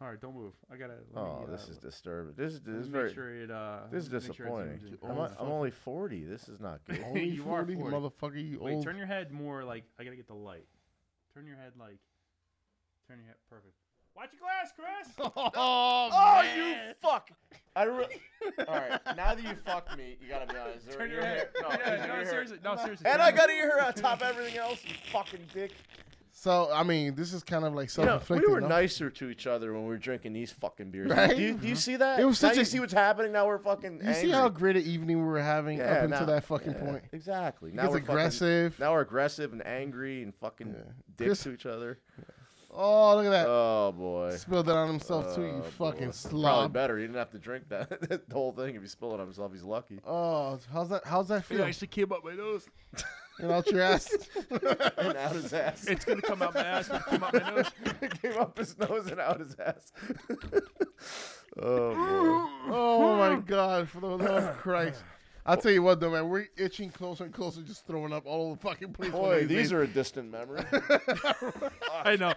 Speaker 1: All right, don't move. I gotta. Let
Speaker 2: Oh,
Speaker 1: me,
Speaker 2: this
Speaker 1: uh,
Speaker 2: is disturbing. This is this
Speaker 1: let
Speaker 2: is
Speaker 1: me
Speaker 2: very.
Speaker 1: Make sure it, uh,
Speaker 2: This is
Speaker 1: make sure it's
Speaker 2: disappointing.
Speaker 1: zoomed in.
Speaker 2: I'm,
Speaker 3: Oh,
Speaker 2: o- I'm only 40. This is not good.
Speaker 3: Only
Speaker 1: You are
Speaker 3: 40,
Speaker 1: 40.
Speaker 3: motherfucker. You
Speaker 1: Wait,
Speaker 3: old.
Speaker 1: turn your head more. Like I gotta get the light. Turn your head like. Turn your head. Perfect. Watch your glass, Chris.
Speaker 3: Oh,
Speaker 2: Oh,
Speaker 3: man.
Speaker 2: you fuck! I re- all right. Now that you fucked me, you gotta be honest.
Speaker 1: Turn your head.
Speaker 2: No,
Speaker 1: Yeah,
Speaker 2: turn your
Speaker 1: no,
Speaker 2: hair.
Speaker 1: seriously. No, seriously.
Speaker 2: And I gotta hear her on top of everything else. You fucking dick.
Speaker 3: So I mean, this is kind of like
Speaker 2: You know,
Speaker 3: self-inflicted.
Speaker 2: we were
Speaker 3: no?
Speaker 2: nicer to each other when we were drinking these fucking beers.
Speaker 3: Right? Mm-hmm.
Speaker 2: Do, you, do you see that?
Speaker 3: It was
Speaker 2: now
Speaker 3: such
Speaker 2: you
Speaker 3: a-
Speaker 2: see what's happening. Now we're fucking.
Speaker 3: You see how great an evening we were having
Speaker 2: yeah,
Speaker 3: up until
Speaker 2: now-
Speaker 3: that fucking
Speaker 2: yeah,
Speaker 3: point.
Speaker 2: Exactly. Now
Speaker 3: It's
Speaker 2: we're fucking-
Speaker 3: aggressive.
Speaker 2: now we're aggressive and angry and fucking dicks
Speaker 3: Chris-
Speaker 2: to each other.
Speaker 3: Oh, look at that!
Speaker 2: Oh boy.
Speaker 3: Spilled that on himself too. You
Speaker 2: Oh,
Speaker 3: fucking
Speaker 2: boy. Probably
Speaker 3: slob.
Speaker 2: better. He didn't have to drink that the whole thing. If he spilled it on himself, he's lucky.
Speaker 3: Oh, how's that? How's that feel?
Speaker 1: came up my nose.
Speaker 3: And out your ass.
Speaker 2: and out his ass.
Speaker 1: It's gonna come out my ass. But it came out my nose.
Speaker 2: It came up his nose and out his ass. oh
Speaker 3: Oh my God! For the love of Christ! I'll tell you what, though, man, we're itching closer and closer, just throwing up all over the fucking place.
Speaker 2: boy.
Speaker 3: one
Speaker 2: Boy,
Speaker 3: of
Speaker 2: these
Speaker 3: days.
Speaker 2: are a distant memory.
Speaker 1: I know.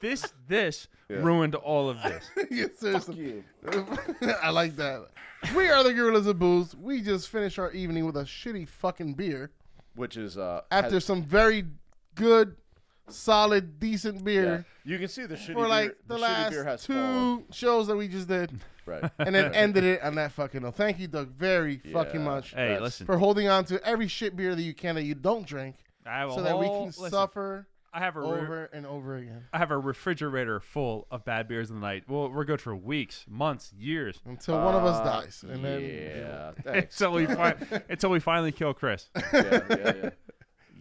Speaker 1: This this
Speaker 2: Yeah.
Speaker 1: ruined all of this.
Speaker 3: Yeah,
Speaker 2: you.
Speaker 3: seriously. I like that. We are the Gorillas of Booze. We just finished our evening with a shitty fucking beer
Speaker 2: Which is uh
Speaker 3: after
Speaker 2: has-
Speaker 3: some very good, solid, decent
Speaker 2: yeah.
Speaker 3: beer
Speaker 2: you can see the shitty
Speaker 3: for like
Speaker 2: beer,
Speaker 3: the,
Speaker 2: shitty
Speaker 3: last
Speaker 2: beer has
Speaker 3: two
Speaker 2: fallen.
Speaker 3: shows that we just did,
Speaker 2: Right.
Speaker 3: and then ended it on that fucking note. Thank you, Doug, very fucking
Speaker 2: Yeah.
Speaker 3: much
Speaker 1: Hey,
Speaker 2: That's-
Speaker 1: listen.
Speaker 3: for holding on to every shit beer that you can that you don't drink,
Speaker 1: I have a
Speaker 3: so that we
Speaker 1: whole-
Speaker 3: can
Speaker 1: listen,
Speaker 3: suffer
Speaker 1: I have a re-
Speaker 3: over and over again
Speaker 1: I have a refrigerator full of bad beers in the night. Well, we're good for weeks, months, years.
Speaker 3: until one of us
Speaker 2: Uh,
Speaker 3: dies, and
Speaker 2: yeah,
Speaker 3: then
Speaker 2: thanks.
Speaker 1: Until we, fi- until we finally kill Chris.
Speaker 2: yeah, yeah, yeah.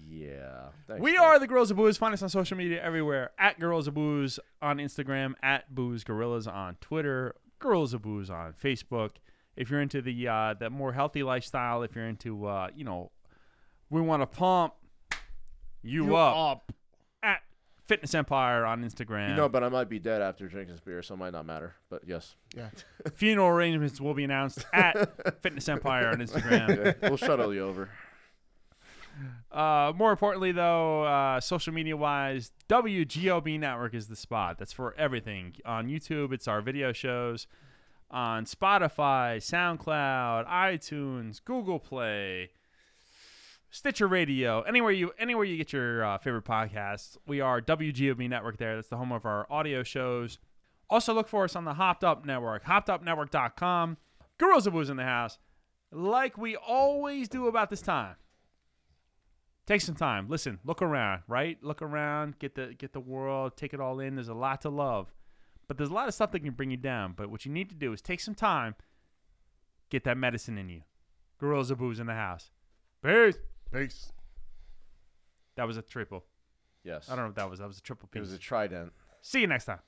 Speaker 2: Yeah. Thanks,
Speaker 1: We
Speaker 2: man.
Speaker 1: are the Girls of Booze. Find us on social media everywhere at Girls of Booze on Instagram, at Booze Gorillas on Twitter, Girls of Booze on Facebook. If you're into the uh, that more healthy lifestyle, if you're into uh, you know, we want to pump you,
Speaker 3: you
Speaker 1: up,
Speaker 3: up.
Speaker 1: at Fitness Empire on Instagram.
Speaker 2: You know, but I might be dead after drinking this beer, so it might not matter. But yes,
Speaker 3: Yeah.
Speaker 1: Funeral arrangements will be announced at Fitness Empire on Instagram.
Speaker 2: Yeah, we'll shuttle you over.
Speaker 1: Uh, more importantly, though, uh, social media wise, WGOB Network is the spot. That's for everything. On YouTube, it's our video shows. On Spotify, SoundCloud, iTunes, Google Play, Stitcher Radio, anywhere you anywhere you get your uh, favorite podcasts, we are WGOB Network. There, that's the home of our audio shows. Also, look for us on the Hopped Up Network, hoppedupnetwork.com. Girls of Booze in the house, like we always do about this time take some time listen look around right look around get the get the world take it all in there's a lot to love but there's a lot of stuff that can bring you down but what you need to do is take some time get that medicine in you gorillas of booze in the house peace
Speaker 3: Peace.
Speaker 1: that was a triple
Speaker 2: Yes.
Speaker 1: i don't know if that was that was a triple
Speaker 2: It
Speaker 1: peace
Speaker 2: was a trident.
Speaker 1: see you next time